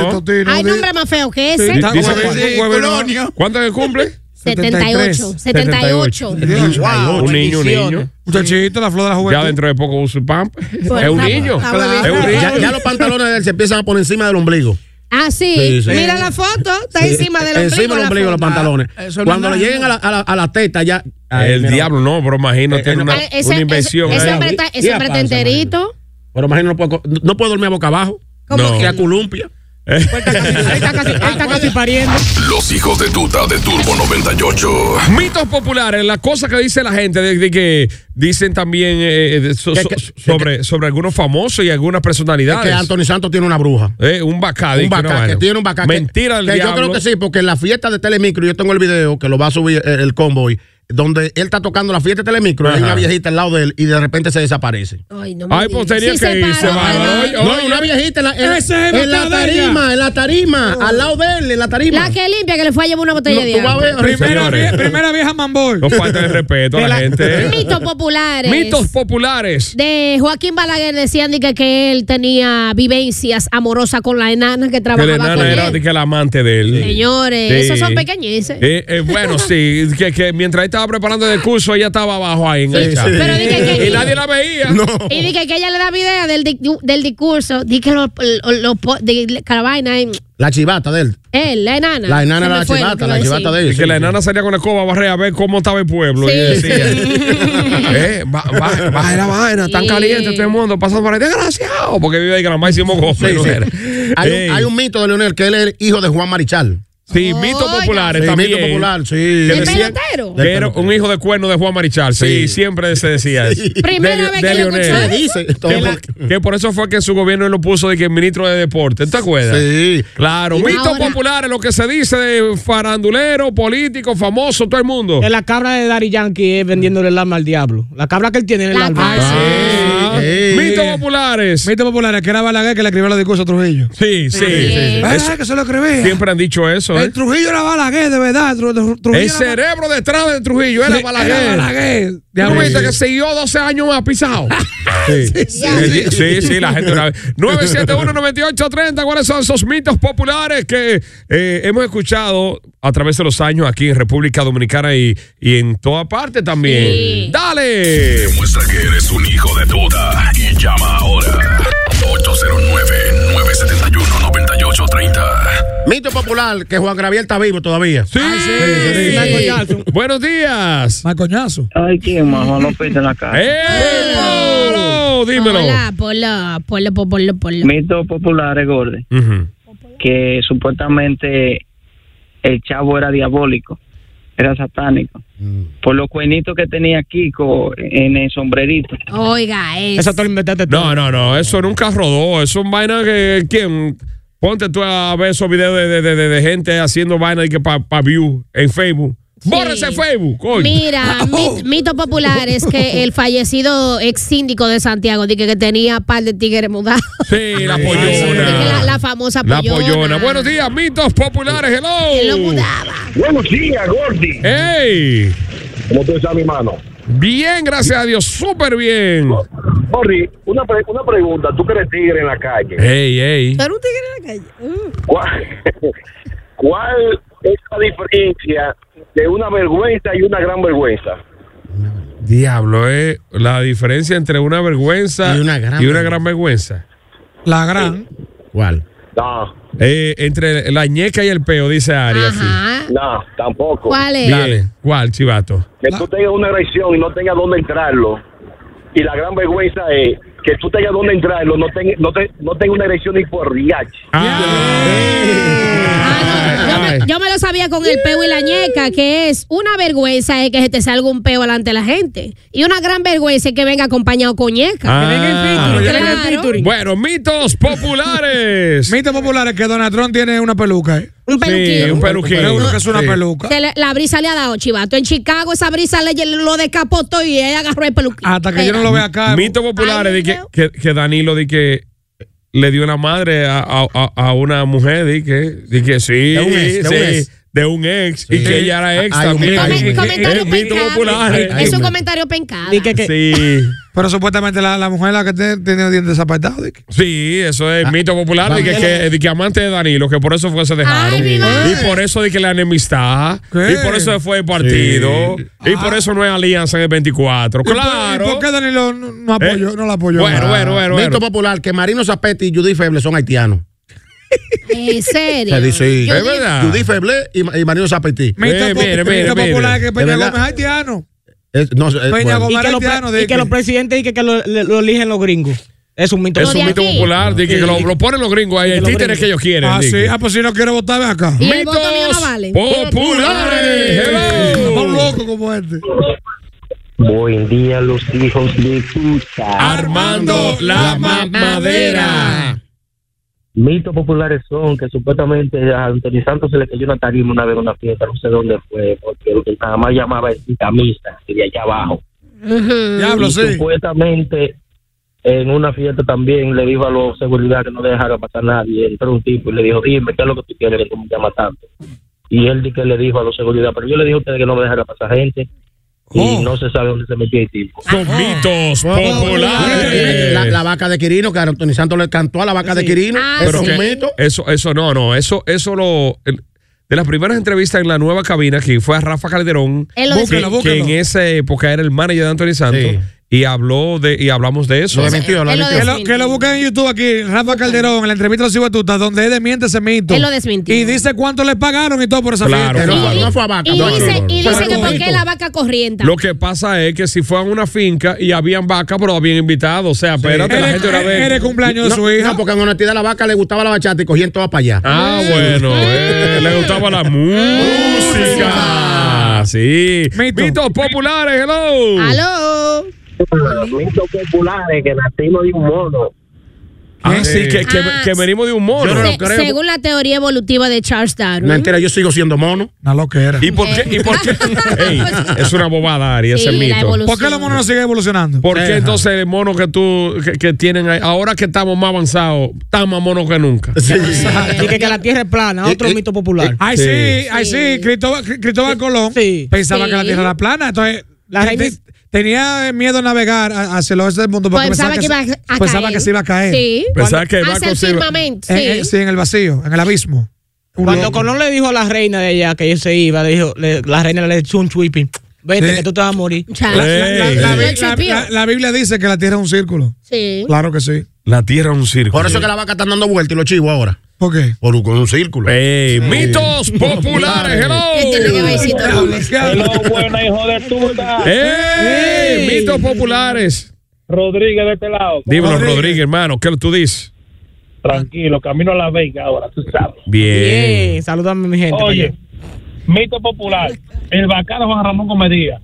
S9: Hay nombre más feo que ese.
S6: Di- dice que- ¿Cuánto que cumple?
S9: 78, 78.
S6: Un niño, un niño.
S8: Muchachito, la flor de la
S6: Ya dentro de poco usa pampa.
S9: Pues
S6: es un
S9: está-
S6: niño.
S9: está bebé.
S6: Es un niño.
S12: Ya, ya los pantalones de él se empiezan a poner encima del ombligo.
S9: Ah, sí.
S12: Sí, sí.
S9: Mira la foto, está
S12: Sí,
S9: encima del ombligo.
S12: Encima del
S9: la
S12: ombligo los
S9: foto.
S12: pantalones.
S9: Ah, eso no
S12: Cuando
S9: es
S12: le
S9: nada.
S12: lleguen a la, a la- a la teta, ya.
S6: El diablo, no, pero imagino, tiene una,
S9: Ah, ese-
S6: una inversión.
S9: ese- Ese
S12: ahí.
S9: hombre está- ese
S12: eh, Ya
S9: hombre está
S12: pasa,
S9: enterito.
S12: Pero imagino, no puedo, no puedo dormir a boca abajo.
S9: ¿Cómo
S12: No.
S9: que
S12: Que aculumpia.
S9: Está casi pariendo.
S5: Los hijos de tuta de Turbo 98.
S6: Mitos populares, las cosas que dice la gente, de, de que dicen también eh, de- so- so- sobre, sobre algunos famosos y algunas
S12: Es que
S6: personalidades.
S12: Anthony Santos tiene una bruja.
S6: Eh, un bacá, dice
S12: un
S6: una
S12: bacá, que
S6: vaina.
S12: tiene un bacá. que-
S6: Mentira del
S12: que Yo
S6: diablo.
S12: creo que sí, porque en la fiesta de Telemicro, yo tengo el video que lo va a subir eh, el convoy, donde él está tocando la fiesta de Telemicro, y hay
S6: Ajá.
S12: una viejita al lado de él y de repente se desaparece.
S9: Ay, no
S6: Ay, pues tenía que irse, bárbaro. Oye,
S12: No,
S6: oye.
S12: una viejita en Ah, la, en-
S6: Ese es
S12: en la
S6: Matadella.
S12: tarima, en la tarima,
S9: Oh.
S12: al lado de él, en la tarima.
S9: La que limpia que le fue a llevar una botella
S12: No,
S9: de
S12: tú vas a
S9: agua.
S12: ver,
S8: Primera,
S6: Señores.
S8: vie- primera vieja Mamboy.
S6: No falta de respeto a la, gente. eh.
S9: Mitos populares.
S6: Mitos populares.
S9: De Joaquín Balaguer decían de que, que él tenía vivencias amorosas con la enana que
S6: Que la
S9: trabajaba con
S6: enana
S9: él.
S6: era de que la amante de él.
S9: Señores,
S6: Sí.
S9: esos son pequeñeces.
S6: Eh, eh, bueno, sí, que, que mientras él estaba preparando el curso, ella estaba abajo ahí enganchada.
S9: sí. Pero dije que-
S6: y nadie la veía.
S9: Y dije que ella le da video del, di- del discurso. Dije que los lo, lo- de que la vaina, eh,
S12: La chivata de él.
S9: él, la enana.
S12: La enana
S9: Se
S12: era
S9: me
S12: la
S9: fue lo que
S12: chivata,
S9: iba
S12: la
S9: a decir.
S12: chivata de ellos.
S6: Y que la enana salía con la escoba a barrer a ver cómo estaba el pueblo.
S9: Sí,
S6: y decía, eh, ba- ba- baja la vaina, tan
S12: Sí.
S6: caliente todo el mundo, pasando por ahí, desgraciado, porque vive ahí que la más hicimos gofio,
S12: Sí,
S6: ¿no
S12: sí.
S6: era?
S12: Hay,
S6: Ey.
S12: un, hay un mito de Leonel que él es el hijo de Juan Marichal.
S6: Sí, mito populares
S12: Sí,
S6: también.
S12: mito popular, sí.
S6: Que
S12: ¿El
S6: decían
S9: pelotero?
S6: Que era un hijo de cuerno de Juan Marichal. Sí, siempre se decía eso.
S9: Primera
S6: De-
S9: vez
S6: de
S9: que yo
S6: Lionel.
S9: escucho
S12: Se dice,
S6: Que
S12: todo
S6: por- Que por eso fue que en su gobierno él lo puso de que el ministro de deporte. ¿Te acuerdas?
S12: Sí.
S6: Claro.
S12: Y
S6: Mitos
S12: ahora-
S6: populares, lo que se dice de farandulero, político, famoso, todo el mundo.
S7: Que la cabra de Dari Yankee es vendiéndole el alma al diablo. La cabra que él tiene en el alma.
S9: Ah.
S6: Mitos populares.
S8: Mitos populares, que era Balaguer que le escribió los discursos a Trujillo.
S6: Sí, sí. sí, sí.
S8: Ah,
S6: Eso-
S8: que se lo escribía.
S6: Siempre han dicho eso. ¿eh?
S8: El Trujillo era Balaguer, de verdad. Tru- Tru- Trujillo
S6: El
S8: era-
S6: cerebro detrás de Trujillo era
S8: Sí,
S6: Balaguer.
S8: era Balaguer.
S6: ¿Tú
S8: Sí,
S6: viste
S8: sí.
S6: que siguió 12 años más pisado?
S8: Sí,
S6: Sí, sí, sí, sí, la gente. la- 971-9830, ¿cuáles son esos mitos populares que eh, hemos escuchado a través de los años aquí en República Dominicana y, y en toda parte también? ¡Dale!
S5: Eh, Demuestra que eres un hijo de tuta y llama ahora. 809-971-98 830.
S12: Mito popular que Juan Gabriel está vivo todavía.
S6: Sí,
S12: sí.
S6: Michael Jackson. Buenos días.
S8: Macoñazo.
S2: Ay, ¿quién más? Juan López en la casa.
S6: ¡Eh! Polo, dímelo.
S9: Hola, polo, polo, polo, polo, polo.
S2: Mitos populares, Gorde. Que supuestamente el chavo era diabólico, era satánico.
S6: Mm.
S2: Por los cuernitos que tenía Kiko en el sombrerito.
S9: Oiga,
S13: eh.
S9: eso.
S6: No, no, no. Eso nunca rodó. Eso es vaina que. ¿Quién? Ponte tú a ver esos videos de, de- de- de- de gente haciendo vaina y que para view en Facebook. ¡Bórrese Facebook! Coño.
S9: Mira, mi- mito popular es que el fallecido ex síndico de Santiago dije que tenía par de tigres mudados.
S6: Sí, la
S9: Dije la,
S6: pollona.
S9: la famosa
S6: Ah. La
S9: pollona.
S6: pollona. Buenos días, mitos populares. Hello.
S9: Lo mudaba.
S6: Buenos días, Gordy. ¡Ey! ¿Cómo tú estás, mi mano? Bien, gracias a Dios. Súper bien.
S3: Jorge, una, pre- una pregunta. Tú que eres tigre en la calle.
S6: ¡Ey, ey!
S3: Pero un tigre en la calle.
S13: Mm.
S3: ¿Cuál, cuál es la diferencia de una vergüenza y una gran vergüenza?
S6: Diablo, eh. La diferencia entre una vergüenza y una gran, vergüenza.
S8: La gran.
S12: ¿Cuál?
S3: No.
S6: Eh, entre la ñeca y el peo, dice Ari. Aquí.
S3: No, tampoco.
S6: Dale, ¿cuál, chivato?
S3: Que tú tengas una agresión y no tengas dónde entrarlo. Y la gran vergüenza es que tú tengas dónde entrarlo, no tengas no te, no tenga una agresión ni por riach.
S6: Ah.
S9: Yo me lo sabía con el peo y la ñeca, que es una vergüenza es que se te salga un peo delante de la gente. Y una gran vergüenza es que venga acompañado con ñeca.
S6: Ah.
S9: Que venga en featuring.
S6: Bueno, mitos populares.
S8: Mitos populares que Donald Trump tiene una peluca. ¿eh?
S9: Un peluquín.
S6: Sí, un peluquín.
S8: Creo que es una
S6: Sí.
S8: peluca.
S9: Se le- la brisa le ha dado, chivato. En Chicago esa brisa le lo descapotó y él agarró el peluquín. Hasta
S8: eh,
S6: Mitos populares de que, que, que Danilo de que le dio una madre a, a- a- a una mujer de que, de que sí,
S12: De un ex, de
S6: sí,
S12: un ex.
S6: de un ex, y
S12: Sí. Ah,
S6: que ella era ex
S12: Hay un-
S6: también.
S12: hay un-
S6: Es
S9: comentario
S6: eh, mito popular.
S9: Es un comentario pencado.
S6: Sí.
S8: Pero supuestamente la, la mujer la que te- tiene los dientes apartados. ¿y qué?
S6: Sí, eso
S8: Ah,
S6: es mito popular de que, que- de que amante de Danilo, que por eso fue que se dejaron. y por eso de que la enemistad,
S8: ¿Qué?
S6: y por eso se fue el partido, y por eso no es alianza en el 24.
S8: ¿Y por-
S6: Claro.
S8: ¿Y por qué Danilo no, no apoyó,
S12: ¿Eh?
S8: no la apoyó?
S12: Ah. Mito popular que Marino Zapetti y Judy Feble son haitianos.
S9: ¿En serio?
S12: Se dice, sí.
S9: Yo
S12: Es
S9: digo-
S12: verdad. Judy Feble y, Ma- y Marino
S6: Eh,
S12: Zapetti.
S8: Mito, popu- mito
S6: Ah,
S8: popular que Peña Gómez es haitiano.
S12: Es-
S6: eh,
S12: no, es-
S8: Peña
S12: bueno.
S8: Gómez
S7: Y que, los pre-
S8: haitiano,
S7: y que los presidentes y que, que lo, le- lo eligen los gringos. Es un mito
S6: Es un mito popular, de que
S7: Sí.
S6: lo, lo ponen los gringos ahí, el títere que ellos quieren.
S8: Ah,
S6: de
S8: sí.
S6: que-
S8: Ah, pues si no quiero votar, ven acá.
S6: Y el voto mío no vale. populares. Hello.
S8: Un loco como este.
S4: Buen día, los hijos de puta.
S6: Armando la mamadera.
S4: Mitos populares son que supuestamente a Anthony Santos se le cayó una tarima una vez en una fiesta, no sé dónde fue, porque lo que nada más llamaba el camisa, que de allá abajo.
S8: Diablo,
S4: Y
S8: sí.
S4: Supuestamente en una fiesta también le dijo a los seguridad que no dejara pasar a nadie. Entró un tipo y le dijo, dime, ¿qué es lo que tú quieres que tú me llamas tanto? Y él di que le dijo a los seguridad, pero yo le dije a ustedes que no me dejara pasar gente. Y no se sabe dónde se metió el tipo.
S6: Oh. Son mitos populares.
S12: eh, La, la vaca de Quirino, que Antonio Santos le cantó a la vaca de Quirino. es
S6: Ah, Pero
S12: un
S6: que-
S12: mito.
S6: Eso, eso, no, no, eso, eso lo. el- de las primeras entrevistas en la nueva cabina que fue a Rafa Calderón,
S12: Él lo decía.
S6: que,
S12: Búsquelo,
S6: que
S12: búsquelo.
S6: en esa época era el manager de Anthony Santos, y habló de, y hablamos de eso.
S8: Que lo, que lo busquen en YouTube aquí, Rafa Calderón, en la entrevista de los Batuta, donde él desmiente ese mito.
S9: Él lo desmintió.
S8: Y dice cuánto le pagaron y todo por esa
S6: Claro,
S8: fiesta.
S6: claro. No fue a
S9: Y dice, y dice que por qué la vaca corrienta.
S6: Lo que pasa es que si fue a una finca y habían vacas, pero habían invitado. O sea, espérate, la gente era de.
S12: No, No, porque en honestidad la vaca le gustaba la bachata y cogían todas para allá.
S6: Ah,
S7: Mm.
S6: bueno, eh, le gustaba la
S7: Mm.
S6: música. Sí. Mitos populares, hello.
S9: Aló.
S4: Los mitos populares que nacimos de un mono.
S6: Ah, sí, que, que- que venimos de un mono.
S9: Se- según la teoría evolutiva de Charles Darwin.
S12: No entera, yo sigo siendo mono.
S8: No lo que era.
S6: ¿Y por qué? ¿Y
S7: Ah.
S6: por qué? Ey, es una bobada, Ari, ese
S9: Sí, la
S6: mito.
S9: evolución. ¿Por qué
S8: los monos no siguen evolucionando?
S6: ¿Por
S8: Ajá.
S6: qué entonces el mono que tú que, que tienen ahí, ahora que estamos más avanzados, están más monos que nunca?
S7: Y que, que la tierra es plana, otro mito popular.
S8: Ay, sí, ay, sí. Cristóbal, Cri- Cristóbal Colón pensaba
S7: Sí.
S8: que la tierra era plana. Entonces,
S7: La
S8: te-
S7: reina-
S8: te- tenía miedo a navegar a- hacia el oeste del mundo porque
S9: Pensaba
S8: pensaba,
S9: que
S8: se-
S9: iba a- a
S8: pensaba
S9: caer.
S8: que se iba a caer.
S9: Sí. Pensaba que el Hacia barco el se iba- firmamento,
S8: Eh, eh,
S9: sí.
S8: sí, en el vacío, en el abismo. Un
S7: Cuando
S8: loco.
S7: Colón le dijo a la reina de ella que ella se iba, le dijo, le- la reina le echó un chuipi. Vete,
S8: Sí.
S7: que tú te vas a morir.
S6: Eh,
S8: La, la- la- la- la- la Biblia dice que la tierra es un círculo.
S9: Sí.
S8: Claro que sí.
S6: La tierra es un círculo.
S12: Por eso es que la vaca está dando vuelta y los chivos ahora.
S8: ¿Por qué?
S12: Por con un círculo.
S6: Ey, mitos populares, hello.
S11: Hello, buena hijo de tuta.
S6: ¡Ey! Mitos populares.
S11: Rodríguez de este lado.
S6: Dímelo, Rodríguez, hermano, ¿qué tú dices?
S11: Tranquilo, camino a la Vega ahora, tú sabes.
S6: Bien.
S7: Saludame, mi gente.
S11: Oye, mito popular. El bacano Juan Ramón Comedia.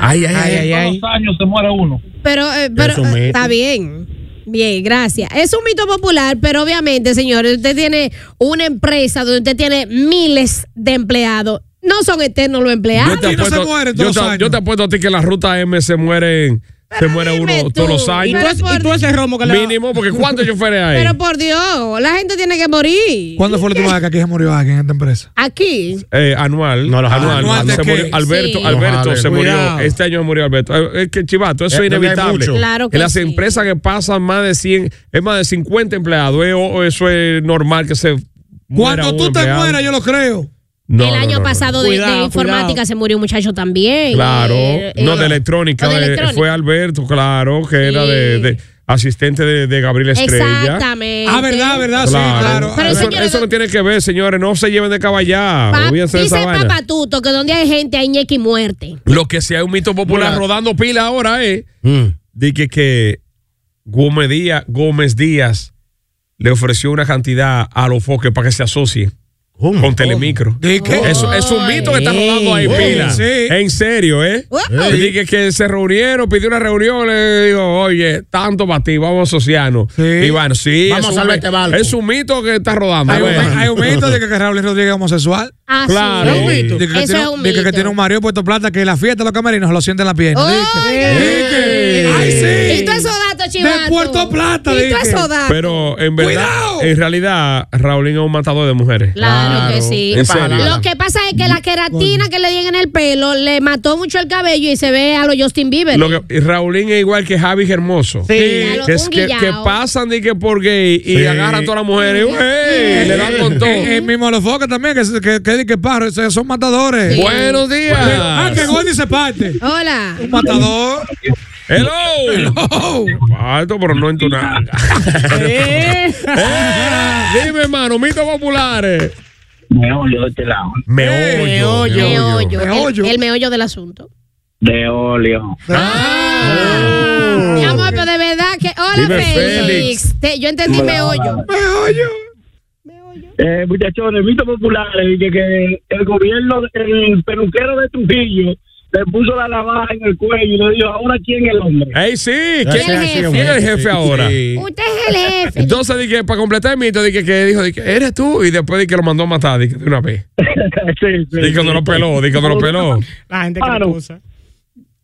S6: Ay, ay, ay, ay, ay.
S11: Todos los años se muere uno.
S9: Pero, eh, pero
S11: Eso me-
S9: está bien. Bien, gracias. Es un mito popular, pero obviamente, señores, usted tiene una empresa donde usted tiene miles de empleados. No son eternos los empleados.
S6: yo, te, yo te apuesto a ti que la ruta M se mueren. Se muere uno
S9: tú,
S6: todos los años.
S9: pero por- ¿Y tú ese romo que le-
S6: Mínimo, porque ¿cuántos choferes hay?
S9: Pero por Dios, la gente tiene que morir.
S8: ¿Cuándo fue la última vez que aquí se murió alguien en esta empresa?
S9: Aquí.
S6: Eh, anual. No, anual.
S8: anual de
S6: Se
S8: qué?
S6: murió Alberto,
S9: Sí.
S6: Alberto
S8: Ojalá.
S6: se
S8: Cuidado.
S6: murió. Este año murió Alberto. Eh, Es que chivato, eso
S8: Eh,
S6: es
S8: no le hay
S6: inevitable.
S8: mucho. Claro que
S6: en las
S8: sí.
S6: empresas que pasan más de 100, es más de 50 empleados, eh, o- o eso es normal que se muera
S8: Cuando
S6: un
S8: tú te
S6: empleado.
S8: mueras, yo lo creo.
S6: No,
S9: el
S6: no,
S9: año
S6: no, no.
S9: pasado de- de,
S6: Cuidado,
S9: informática
S6: cuidado.
S9: se murió un muchacho también.
S6: Claro,
S9: Eh, eh,
S6: no de electrónica,
S9: o de
S6: eh,
S9: electrónica.
S6: fue Alberto, claro, que era de, de asistente de, de Gabriel Estrella.
S9: Exactamente.
S8: Ah, verdad, verdad, sí, claro.
S9: Pero
S6: eso,
S9: señores,
S6: eso no tiene que ver, señores, no se lleven de caballá.
S9: Pa-
S6: olvídense de esa
S9: dice
S6: vaina.
S9: Papatuto que donde hay gente hay ñequi muerte.
S6: Lo que sea un mito popular rodando pila ahora es de que, que Gómez Díaz, Gómez Díaz le ofreció una cantidad a los foques para que se asocie con Telemicro. Eso es un mito que está rodando ahí
S8: Ey.
S6: pila.
S8: Sí.
S6: En serio, ¿eh?
S8: Ey.
S6: Y que, que se reunieron, pidió una reunión, le digo, oye, tanto para ti, vamos a asociarnos. Y bueno, sí,
S12: Vamos
S6: es
S12: a
S6: un
S12: salvar
S6: mi-
S12: este barco.
S6: Es un mito que está rodando. eh.
S8: Hay un,
S6: bueno.
S8: hay un mito de que Raúl Rodríguez es homosexual.
S9: Ah,
S6: sí. Claro.
S8: Dice que-
S6: Eso
S8: que
S6: es
S8: tiene-
S6: un
S8: dice que
S6: mito.
S8: tiene un marido en Puerto Plata que la fiesta de los camerinos lo siente en la pierna. Dice que- Dice que- ¡Ay, sí!
S9: Y tú esos datos, chivato.
S8: De Puerto Plata,
S9: Y tú
S8: dije.
S9: esos datos.
S6: Pero en verdad, en realidad, Raulín es un matador de mujeres.
S9: Claro, que sí.
S6: En serio.
S9: Lo que pasa es que la queratina que le dieron en el pelo le mató mucho el cabello y se ve a los Justin Bieber.
S6: Lo que- y Raulín es igual que Javi Hermoso.
S9: Claro,
S6: Que, es
S9: un
S6: que,
S9: guillao.
S6: que pasan de que por gay y
S8: Sí.
S6: agarran a todas las mujeres. y, ¡ey! Le dan con todo.
S8: El, eh, mismo los focas también, que, que, que, que pájaro, esos son matadores.
S6: Sí. Buenos días.
S8: Ah, que Gordy se parte.
S9: Hola.
S8: Un matador.
S6: Hello. Alto, pero no en tu nada.
S9: Eh.
S6: Dime, hermano, mitos populares.
S11: Me oyo de este lado.
S6: Me
S9: Meollo. El, el meollo del asunto.
S11: De olio.
S9: Ah.
S6: Uh.
S9: Mi amor, pero de verdad que. Hola,
S11: Dime,
S9: Félix.
S11: Félix.
S9: Te- yo entendí
S11: Hola,
S9: meollo.
S11: hola. Eh, muchachones, mitos populares, dice que el gobierno, el peluquero de Trujillo, le puso la navaja en el cuello y le dijo, ahora quién es el hombre.
S6: ¡Ey, sí! ¿Quién,
S11: Ese es así,
S6: quién
S11: hombre.
S6: es el jefe ahora?
S9: Usted es el jefe.
S6: Entonces, dije, para completar el mito, dije que dijo, dije, eres tú. Y después dije que lo mandó a matar dije, de una vez. Dije que no lo peló, dije que no lo peló.
S7: La gente que lo usa.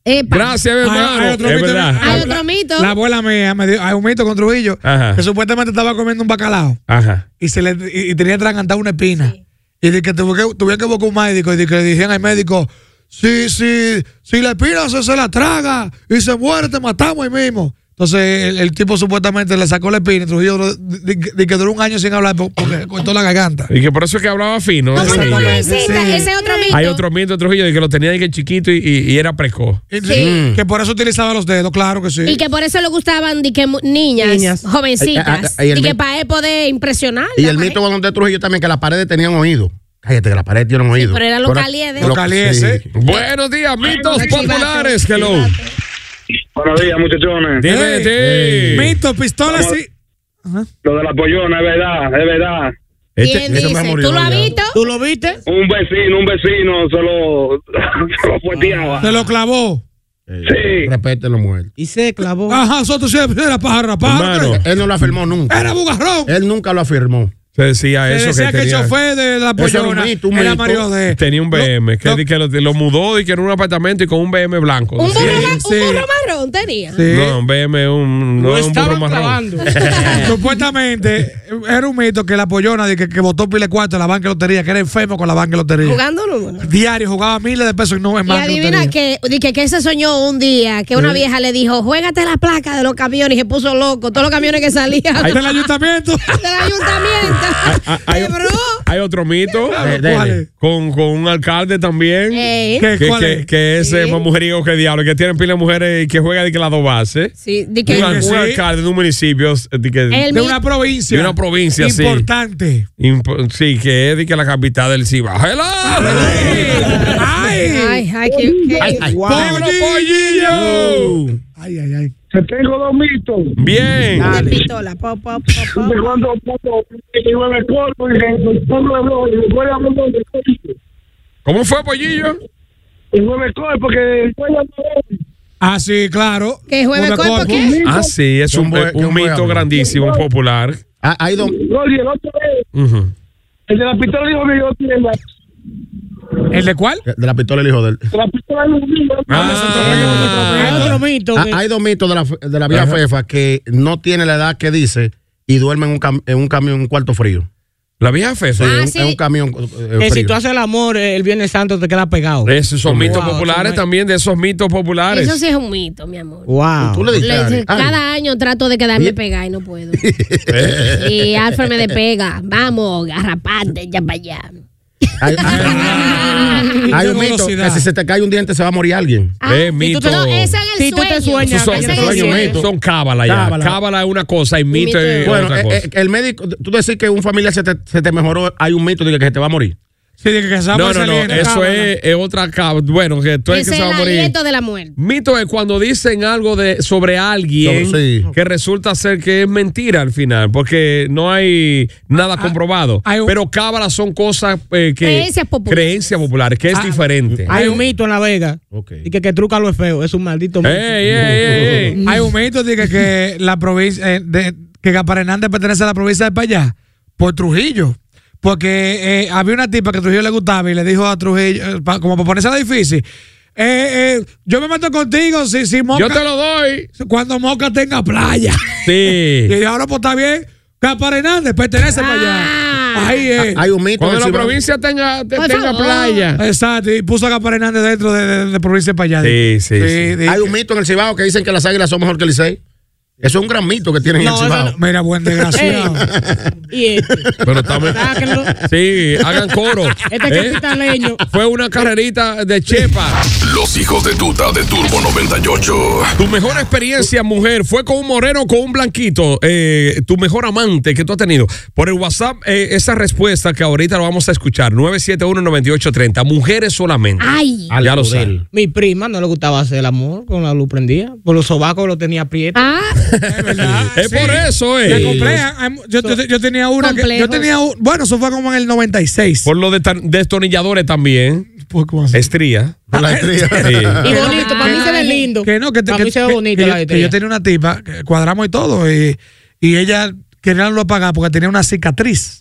S9: Epa.
S6: Gracias, hermano.
S8: Hay otro
S6: Es
S8: mito.
S6: verdad.
S8: Hay
S9: otro mito.
S8: La abuela mía me dio, hay un mito con Trujillo
S6: Ajá.
S8: que supuestamente estaba comiendo un bacalao
S6: Ajá.
S8: y se le y, y tenía atragantada una espina. Y de que tuvo que tuve que buscar un médico y de que le dijeron al médico, si, si, si la espina se, se la traga y se muere, te matamos ahí mismo. Entonces el, el tipo supuestamente le sacó la espina y Trujillo duró- di- di- di que duró un año sin hablar po- porque le cortó la garganta.
S6: Y que por eso es que hablaba fino. ¿eh?
S9: ¿Cómo
S6: Sí.
S9: te convenciste?
S8: Sí.
S9: Ese otro mito.
S6: Hay otro mito de Trujillo de que lo tenía de que chiquito y, y- y era precoz.
S9: Sí.
S8: "Mm, Que por eso utilizaba los dedos, claro que sí.
S9: Y que por eso le gustaban di que mu- niñas, jovencitas.
S12: Ah, ah, y el
S9: y que
S12: mito-
S9: para él poder impresionar.
S12: Y el mito cuando de Trujillo también que las paredes tenían oído. Cállate, que las paredes tienen oído.
S9: pero eran los calientes. Los
S6: calientes.
S12: sí.
S6: Buenos días, mitos
S12: Chivato,
S6: populares. Hello.
S11: Buenos días, muchachones.
S6: Dime, sí.
S8: Mito, pistolas y...
S11: Lo de la pollona, es verdad, es verdad.
S6: Este,
S11: Este,
S9: ¿Quién dice? ¿Tú lo has visto?
S7: ¿Tú lo viste?
S11: Un vecino, un vecino se lo, se lo
S6: Ah.
S11: fueteaba.
S8: Se lo clavó.
S11: Sí.
S12: Respete los muertos.
S7: Y se clavó.
S8: Ajá, nosotros siempre era pájaro, pájaro.
S12: Hermano, él no lo afirmó nunca.
S8: Era bugarrón.
S12: Él nunca lo afirmó.
S6: Se decía
S12: Se
S6: eso.
S12: decía
S8: que el chofer de la
S12: Eso era un
S8: pollona
S12: mito, un
S8: era
S12: mito.
S8: Mario de.
S6: Tenía un BM, que, di que lo, lo mudó y que era un apartamento y con un BM blanco. Pues
S9: Un
S6: Sí.
S9: burro, ma- un burro marrón tenía.
S6: No, un BM, un, no
S8: Lo
S6: es un burro
S8: estaban
S6: marrón.
S8: clavando. Supuestamente era un mito que la pollona de que, que votó pile cuarto en la banca de lotería, que era enfermo con la banca de lotería.
S9: Jugando número.
S8: Diario jugaba miles de pesos y no en
S9: Y
S8: banca de
S9: adivina
S8: lotería.
S9: que, di que, que se soñó un día que una
S8: Sí.
S9: vieja le dijo, juégate
S6: Ah,
S9: la placa de los camiones y se puso loco, todos los camiones que salían.
S8: Del ayuntamiento.
S9: Del ayuntamiento.
S6: hay, ah, hay- hay otro mito
S13: Eh, dele. ¿Cuál es?
S6: con, con un alcalde también.
S13: Ey.
S6: Que,
S13: ¿Qué,
S6: que-
S13: cuál es?
S6: que es eh,
S13: Sí.
S6: más mujeriego que diablo, que tiene pila de mujeres y que juega de que las dos bases.
S13: Sí, de que-
S6: un, al-
S13: Sí.
S6: un alcalde de un municipio eh, de, que-
S13: El De mi- una provincia.
S6: De una provincia, sí.
S8: Importante.
S6: Impo- sí, que es de que la capital del Cibao. ¡Hello!
S13: ¡Ay!
S9: ¡Ay, qué.
S13: ¡Ay, ay!
S6: ¡Pollillo! ¡Pollillo!
S8: ¡Ay, ay, ay!
S13: Te tengo dos mitos.
S6: Bien.
S13: Dale.
S9: pistola, pop, pop, pop,
S13: De cuando cuando y bebe polvo y en el pueblo de Dios, y recuerda un montón de cosas.
S6: ¿Cómo fue, pollillo?
S13: Y bebe col porque
S8: Ah, sí, claro.
S9: ¿Que jueves
S13: Una
S9: con
S13: cosa,
S9: por qué?
S13: un mito.
S6: Ah, sí, es
S13: Que
S6: un,
S13: un buen-
S6: eh,
S13: que
S6: un
S13: un buen
S6: mito
S13: amigo.
S6: grandísimo, popular.
S12: Ah,
S13: No, y el otro es,
S6: Ujú.
S13: el de la pistola dijo que yo tiene la,
S8: ¿El de cuál?
S12: De la pistola el hijo de él.
S13: la pistola de un niño.
S12: Ah, hay dos mitos de la, fe- de la vieja
S6: Ajá.
S12: fefa que no tiene la edad que dice y duerme en un, cam- en un camión, en un cuarto frío.
S6: ¿La vieja fefa?
S12: Sí,
S6: Ah,
S12: en-
S6: sí.
S12: en un camión. eh,
S7: Que si
S12: frío.
S7: tú haces el amor, eh, el Viernes Santo te queda pegado.
S6: Esos son mitos
S7: Wow,
S6: populares
S7: son-
S6: también, de esos mitos populares.
S9: Eso sí es un mito, mi amor.
S7: Wow.
S6: Tú le diste,
S9: Le-
S6: Ari. Ah.
S9: cada año trato de quedarme pegada y no puedo.
S6: Eh.
S9: Y Alfred me despega. Vamos, garrapate, ya para allá.
S12: Hay, hay- hay un
S9: Qué
S12: mito
S9: velocidad.
S12: que si se te cae un diente se va a morir alguien.
S6: Eh, mito.
S9: No, esa en el
S7: Si tú te
S9: sueño.
S6: Esos son,
S12: Ese es
S6: esos
S12: el
S6: son-
S12: mito.
S6: son cábala ya.
S12: Cábala.
S6: Cábala es una cosa y mito es
S12: Bueno,
S6: otra
S12: eh,
S6: cosa.
S12: eh, el médico, tú decís que un familiar se te, se te mejoró, hay un mito de que se te va a morir.
S8: Sí, de que se
S6: no, no, no, eso es, es otra cábala. Bueno, que tú es
S9: Ese
S6: que se
S9: es
S6: va
S9: el
S6: a morir.
S9: aliento de la muerte.
S6: Mito es cuando dicen algo de sobre alguien
S12: Sobre- sí.
S6: que resulta ser que es mentira al final, porque no hay nada comprobado. Pero cábalas son cosas eh, que
S7: Creencias populares.
S6: creencias populares, que es diferente.
S7: Hay un mito en La Vega. Y que, que truca lo es feo. Es un maldito mito.
S8: Eh.
S6: Ey, ey, ey, ey.
S8: Hay un mito de que, que la provincia eh, de, que Gaspar Hernández pertenece a la provincia de Payá por Trujillo. Porque eh, había una tipa que a Trujillo le gustaba y le dijo a Trujillo, eh, pa- como para ponerse la difícil, eh, eh, yo me mato contigo si, si Moca.
S6: Yo te lo doy.
S8: Cuando Moca tenga playa.
S6: Sí.
S8: Y ahora pues está bien, Gaspar Hernández pertenece a Payá. Ahí es.
S12: Ah, hay un mito
S6: Cuando
S12: en
S6: la
S12: Cibao.
S6: provincia tenga, te-
S8: Por
S6: tenga
S8: favor.
S6: playa.
S8: Exacto, y puso a Gaspar Hernández dentro de, de- de provincia de Payá.
S6: Sí, sí, sí.
S12: Hay un mito en el Cibao que dicen que las águilas son mejor que el Licey. Eso es un gran mito que tienen en
S6: No,
S12: el
S6: eso
S12: Cibao.
S8: Mira, buen desgraciado.
S7: Y este.
S6: Pero estamos.
S7: Sáquenlo.
S6: Sí, hagan coro.
S7: Este
S6: ¿eh?
S7: capitaleño.
S6: Fue una carrerita de chepa.
S5: Los hijos de tuta de Turbo 98.
S6: Tu mejor experiencia, mujer, fue con un moreno o con un blanquito. Eh, tu mejor amante que tú has tenido. Por el WhatsApp, eh, esa respuesta que ahorita lo vamos a escuchar: 971-9830. Mujeres solamente.
S7: Ay.
S6: ya lo saben.
S7: Mi prima no le gustaba hacer el amor con la luz prendida. Por los sobacos lo tenía prieto.
S9: Ah.
S8: Ah,
S7: ah,
S6: Es por eso, eh.
S8: Le compré, a- a- yo, yo- yo tenía una que, yo
S6: Complejos.
S8: tenía un- bueno, eso fue como en el 96.
S6: Por los desta- destornilladores también.
S8: Pues,
S6: Estría.
S12: la
S8: estría.
S7: Y bonito, para mí se ve lindo.
S8: Que no, que, te-
S7: Para
S8: que-
S7: mí se ve
S8: que-
S7: bonito
S8: que
S7: la
S8: yo, que
S7: letra.
S8: yo tenía una tipa, que cuadramos y todo, y, y ella quería lo apagar porque tenía una cicatriz.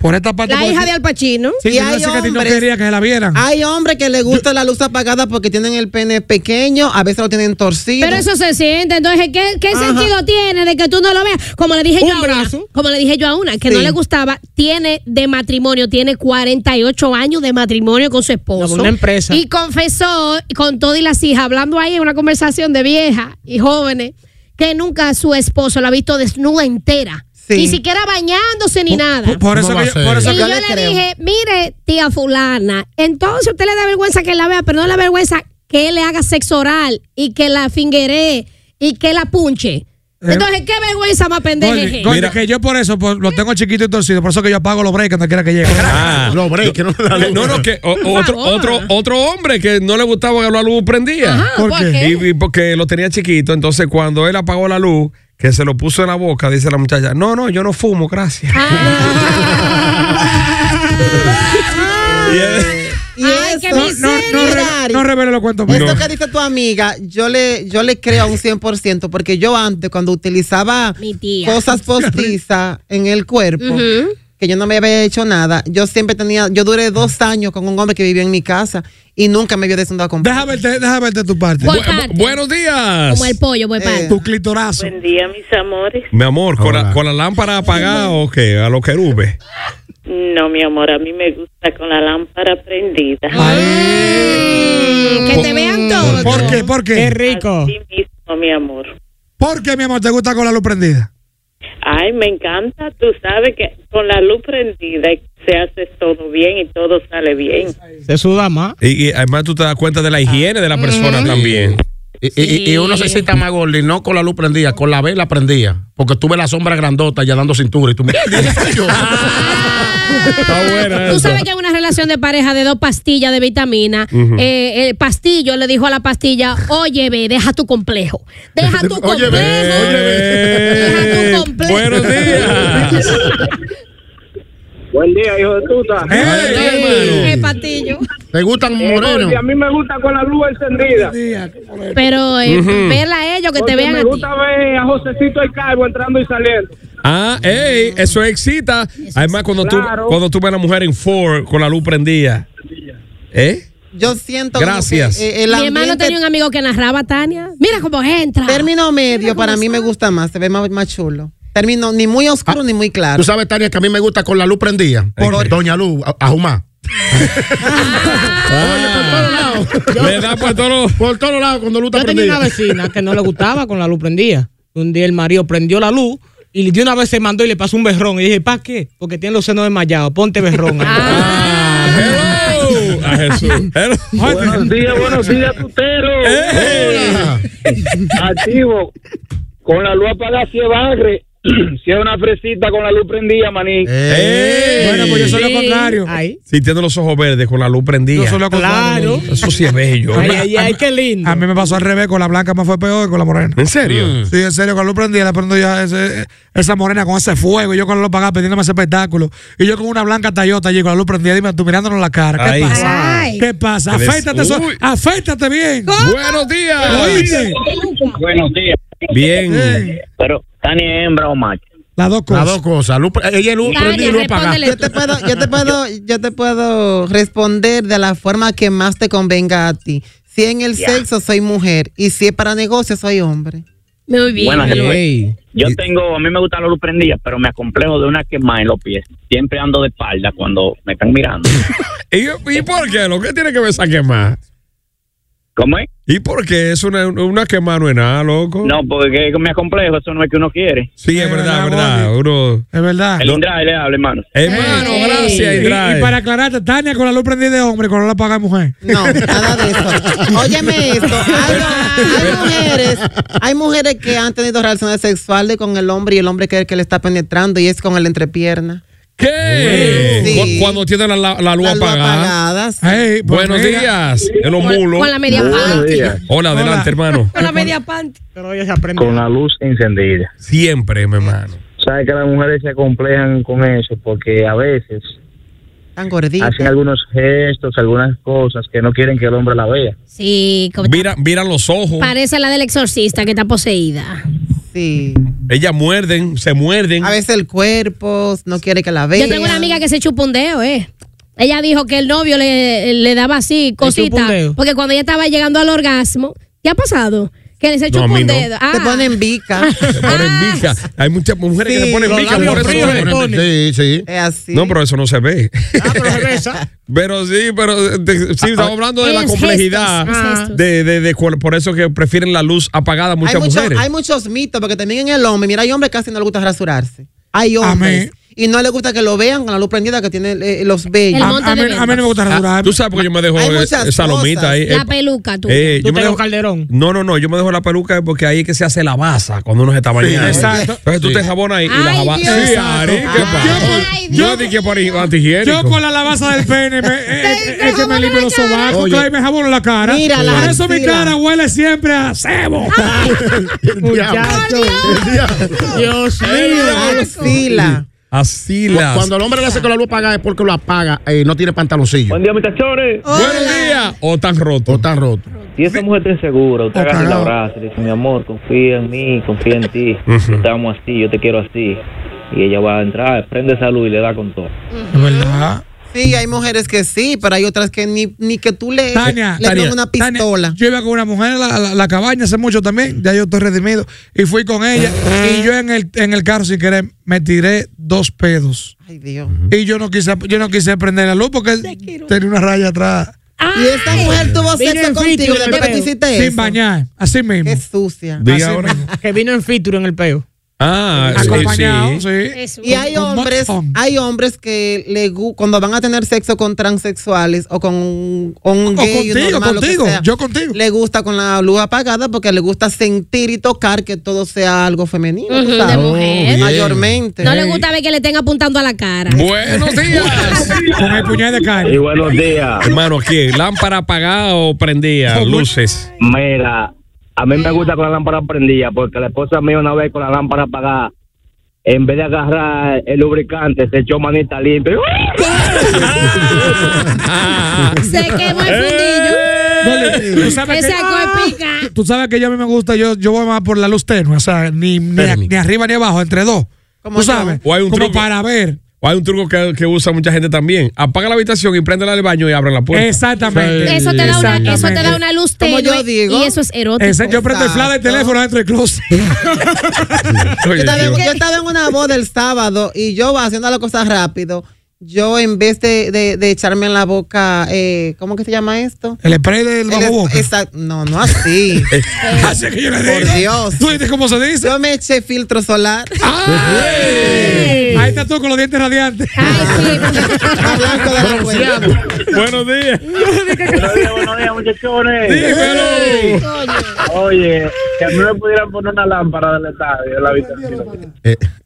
S8: Por esta parte.
S16: La
S8: por
S16: hija
S8: aquí.
S16: de Al Pacino.
S8: Sí, tenía una cicatriz, no quería que se la vieran.
S7: Ah,
S16: Hay hombres que les gusta la luz apagada porque tienen el pene pequeño, a veces lo tienen torcido.
S9: Pero eso se siente. Entonces, ¿qué, qué sentido tiene de que tú no lo veas? Como le dije yo a una. Como le dije yo a una, que no
S16: Sí.
S9: le gustaba, tiene de matrimonio, tiene 48 años de matrimonio con su esposo.
S7: Una empresa.
S9: Y confesó con todo y las hijas, hablando ahí en una conversación de viejas y jóvenes, que nunca su esposo la ha visto desnuda entera. Ni siquiera bañándose ni nada.
S8: por- por eso ¿Cómo que va yo- a por ser? eso
S9: y
S8: que-
S9: yo
S8: Yo
S9: le
S8: le creo.
S9: dije, Eh, mire, tía fulana, entonces usted le da vergüenza que la vea, pero no le da vergüenza que él le haga sexo oral y que la fingeré y que la
S6: Eh.
S9: punche. Entonces, qué vergüenza más
S8: Gordi,
S9: pendeje.
S8: gordi, que yo por eso por- lo tengo chiquito y torcido, por eso que yo apago los breaks cuando quiera que llegue.
S12: Ah, Los breaks, no la luz.
S6: No, no, que o- otro, otro, otro hombre que no le gustaba que la luz prendía.
S9: Ajá, ¿por ¿Por qué?
S6: Y- y porque lo tenía chiquito. Entonces, cuando él apagó la luz, que se lo puso en la boca, dice la muchacha: No, no, yo no fumo, gracias. Y él-
S16: Y eso, no,
S8: No revelo los cuentos.
S16: Esto
S8: míos.
S16: que dice tu amiga, yo le, yo le creo a un 100%, porque yo antes, cuando utilizaba
S9: Mi tía.
S16: cosas postizas en el cuerpo,
S9: Ujú.
S16: que yo no me había hecho nada, yo siempre tenía, yo duré dos años con un hombre que vivió en mi casa y nunca me vio desnudado con
S8: Déjame verte, déjame verte tu parte.
S16: Voy
S8: Bu-
S16: parte.
S8: bu-
S6: Buenos días.
S9: Como el pollo, voy para.
S8: Eh. Tu clitorazo.
S14: Buen día, mis amores.
S6: Mi amor, con la, con la lámpara apagada o qué? A los querubes.
S14: No, mi amor, a mí me gusta con la lámpara prendida.
S9: que te vean todos.
S8: ¿Por qué? ¿Por qué? Qué rico.
S14: Así mismo, mi amor.
S8: ¿Por qué, mi amor, te gusta con la luz prendida?
S14: Ay, me encanta. Tú sabes que con la luz prendida y se hace todo bien y todo sale bien.
S6: Se suda más. Y, y además tú te das cuenta de la higiene de la
S9: Mm.
S6: persona también.
S12: Y, y- y uno se excita más gordo, y no con la luz prendida, con la vela prendida. Porque tú ves la sombra grandota ya dando cintura y tú mira, ¿dónde estoy yo?
S6: Está buena ¿eh?
S9: Tú
S6: esa.
S9: sabes que en una relación de pareja de dos pastillas de vitamina,
S6: Ujú.
S9: eh, el pastillo le dijo a la pastilla, oye, ve, deja tu complejo. Deja tu complejo.
S6: Eh, buenos días.
S11: Buen día, hijo de puta.
S9: Eh, pastillo.
S12: ¿Te gustan
S9: morenos?
S11: Y a mí me gusta con la luz encendida.
S9: Pero eh,
S6: Ujú.
S9: vela a ellos que te
S11: Porque
S9: vean
S11: me
S9: a ti.
S11: gusta ver a Josecito el Calvo entrando y saliendo.
S6: Ah, ey, eso excita. Además, cuando,
S11: Claro.
S6: tú, cuando tú ves a la mujer en Ford con la luz prendida. ¿Eh?
S16: Yo siento. eh,
S6: Gracias.
S9: Mi hermano tenía un amigo que narraba Tania. Mira cómo entra.
S16: Término medio para mí me gusta más, se ve más, más chulo. Término ni muy oscuro ni muy claro.
S12: Tú sabes, Tania, que a mí me gusta con la luz prendida. Por Doña Luz, a- ajumá. Oye, por todos lados.
S6: Le da por todos lados.
S12: Por todos lados cuando luz
S7: Yo tenía una vecina que no le gustaba con la luz prendida. Un día el marido prendió la luz y de una vez se mandó y le pasó un berrón. Y dije, ¿para qué? Porque tiene los senos desmayados. Ponte berrón.
S6: A Jesús.
S11: buenos días, buenos días, tutero. Hola. Activo. Con la luz apagada si es bagre. Si es una fresita con la luz prendida, maní.
S6: Bueno, pues yo soy lo Sí.
S11: contrario.
S6: Si tiene los ojos verdes con la luz prendida.
S8: Yo soy lo contrario.
S6: Claro. Eso sí es bello.
S8: A mí- a mí- A mí me pasó al revés, con la blanca me fue peor que con la morena. Mm.
S6: ¿En serio?
S8: Sí, en serio, con la luz prendida, la prendo ya ese- esa morena con ese fuego, y yo con la luz apagada pidiéndome ese espectáculo. Y yo con una blanca Toyota allí con la luz prendida, dime tú mirándonos la cara. ¿Qué
S6: Ay.
S8: pasa?
S6: Ay.
S8: ¿Qué pasa?
S6: Eres-
S8: Aféitate, eso,
S6: Uy.
S8: aféitate bien.
S6: Buenos días.
S8: ¿Oíste?
S15: Buenos días.
S6: Bien.
S15: Pero, ¿Tani es hembra o macho?
S8: Las dos
S12: cosas. Las dos cosas. Luz pre- ella es luz
S16: Tania,
S12: prendida y luz apagada.
S16: respóndele. Yo te puedo, yo te puedo, yo te puedo responder de la forma que más te convenga a ti. Si en el sexo soy mujer y si es para negocio soy hombre.
S9: Muy bien.
S15: Buenas, Ey. Yo tengo, a mí me gusta la luz prendida, pero me acomplejo de una quemada en los pies. Siempre ando de espalda cuando me están mirando.
S6: ¿Y, y por qué? ¿Lo que tiene que ver esa quemada?
S15: ¿Cómo es?
S6: ¿Y por qué? Es una, una quemada, no es nada, loco.
S15: No, porque me acomplejo, eso no es que uno quiere.
S6: Sí, es verdad, es verdad. Uno-
S8: Es verdad.
S15: El Indrae le habla, hermano.
S6: Hermano, gracias,
S8: Y-
S6: Indra.
S8: Y, para aclararte, Tania con la luz prendida de hombre, con la luz apagada de mujer.
S16: No, nada de eso. Óyeme esto. Hay, hay mujeres, hay mujeres que han tenido relaciones sexuales con el hombre y el hombre cree que le está penetrando y es con el entrepierna.
S6: ¿Qué?
S16: Sí.
S6: Cu- Cuando tiene la, la- la luz
S16: La luz
S6: apagada.
S16: apagada, sí.
S6: Ey, pues Buenos
S16: mira.
S6: días. En los
S16: Con-
S6: mulos.
S16: con la media Buenos panty. días.
S6: Hola, adelante, hermano.
S7: Con la media panty. Pero ella se aprende.
S15: Con la luz encendida.
S6: Siempre, mi hermano.
S15: Sabes que las mujeres se acomplejan con eso porque a veces
S16: Tan gordita.
S15: hacen algunos gestos, algunas cosas que no quieren que el hombre la vea.
S9: Sí, como-
S6: Mira, mira los ojos.
S9: parece la del exorcista que está poseída.
S16: Sí.
S6: Ellas muerden, se muerden.
S16: A veces el cuerpo no quiere que la vea.
S9: Yo tengo una amiga que se chupa un dedo, eh. Ella dijo que el novio le, le daba así
S16: chupa un
S9: cositas.
S16: dedo?
S9: Porque cuando ella estaba llegando al orgasmo, ¿qué ha pasado? Que le se
S6: No, a
S9: chupa
S6: mí
S9: un
S6: no.
S9: dedo. Ah.
S16: Te ponen bica.
S6: Se ponen bica. Hay muchas mujeres que
S16: Ah, Sí,
S6: se ponen
S16: los
S6: bica.
S16: labios
S6: por eso
S16: fríos
S6: no
S16: se
S6: ponen- Sí, sí.
S16: Es así.
S6: No, pero eso no se ve.
S16: Ah,
S6: Pero sí, pero eh, te- sí, estamos hablando de la
S16: Es
S6: complejidad.
S16: gestos, es gestos.
S6: de, de, de cuál- por eso que prefieren la luz apagada muchas
S16: hay, mucho-
S6: mujeres.
S16: hay muchos mitos, porque también en el hombre, mira, hay hombres que casi no le gusta rasurarse. Hay hombres. Y no le gusta que lo vean con la luz prendida que tiene eh, los bellos.
S6: Ah, Tú sabes porque yo me dejo
S16: Hay
S6: eh,
S16: muchas
S6: esa lomita ahí. eh,
S9: La peluca, tú.
S6: eh, yo me dejo calderón. No, no, no. Yo me dejo la peluca porque ahí es que se hace la baza cuando uno se está bañando.
S8: exacto.
S6: Entonces tú te jabonas ahí y la
S8: Ay,
S6: jabas.
S8: Dios.
S6: Sí, Ari, ¿qué pasa? Yo dije por ahí, antihigiénico.
S8: Yo con la lavaza del pene, me, eh, eh, es que me limpio los sobacos,
S6: Oye.
S8: claro, y me jabono la cara.
S6: Mira la
S8: Por eso mi
S6: axila.
S8: cara huele siempre a cebo.
S12: Muchacho.
S7: Dios
S12: mío.
S16: Asila.
S6: Asila.
S12: Cuando el hombre le hace con la luz apagada es porque lo apaga y no tiene pantaloncillo. Buen
S15: día, muchachones.
S6: Buenos días. O están rotos.
S12: O están rotos.
S15: Si esa mujer te insegura, usted agarra
S8: Ah.
S15: y la abraza y le dice, mi amor, confía en mí, confía en ti. Estamos así, yo te quiero así. Y ella va a entrar, prende esa luz y le da con todo.
S8: ¿Verdad?
S16: Sí, hay mujeres que sí, pero hay otras que ni, ni que tú le,
S8: Tania,
S16: le
S8: Tania,
S16: tomes una pistola.
S8: Yo iba con una mujer a la, la- la cabaña hace mucho también, ya yo estoy redimido, y fui con ella, y yo en el, en el carro sin querer me tiré dos pedos.
S16: Ay, Dios.
S8: Y yo no quise, yo no quise prender la luz porque tenía una raya atrás.
S7: Ah.
S16: Y esta mujer tuvo sexo contigo después que tú hiciste
S8: Sin
S16: eso.
S8: bañar, así mismo.
S16: Qué sucia.
S8: Diga ahora.
S7: Que vino en feature en el peo.
S6: Ah, sí,
S10: Acompañado,
S6: sí.
S16: Y hay hombres, hay hombres que le gu- cuando van a tener sexo con transexuales o con un, o un
S8: O
S16: gay, un
S8: contigo,
S16: normal, lo que
S8: contigo,
S16: sea,
S8: yo contigo.
S16: Le gusta con la luz apagada porque le gusta sentir y tocar que todo sea algo femenino, tú
S9: Ujú, de
S16: sabes.
S9: mujer. bien.
S16: mayormente.
S9: No le gusta ver que le estén apuntando a la cara.
S6: Buenos días. Con el puñal de carne.
S17: Y buenos días.
S6: Hermano, ¿qué? ¿Lámpara apagada o prendida? Luces.
S17: Mira, a mí me gusta con la lámpara prendida porque la esposa mía una vez con la lámpara apagada, en vez de agarrar el lubricante, se echó manita limpia.
S9: Se quemó el fundillo.
S6: Eh.
S8: Dale, tú sabes
S9: Ese
S8: que-
S9: alcohol pica.
S8: Tú sabes que yo a mí me gusta, yo, yo voy más por la luz tenue, o sea, ni, ni, a- ni arriba ni abajo, entre dos. Tú sabes,
S6: O hay un
S8: como
S6: truco.
S8: para ver.
S6: O hay un truco que, que usa mucha gente también. Apaga la habitación y préndela del baño y abre la puerta.
S8: Exactamente.
S9: Eso te, da una, eso te da una luz
S16: Como
S9: tenue
S16: yo digo.
S9: y eso es erótico.
S8: Ese, yo prendo el flash del teléfono dentro del closet.
S16: Yo estaba, en, yo estaba en una boda el sábado y yo haciendo las cosas rápido. Yo en vez de, de- de echarme en la boca, eh, ¿cómo que se llama esto?
S8: El spray del
S16: bajo No, no así.
S8: Así que yo le
S16: Por
S8: digo.
S16: Dios.
S8: ¿Tú viste cómo se dice?
S16: Yo me eché filtro solar.
S8: Ahí está tú con los dientes radiantes.
S6: Buenos días.
S17: buenos días, buenos días, muchachones. Oye, que a mí me pudieran poner una lámpara del estadio en la habitación.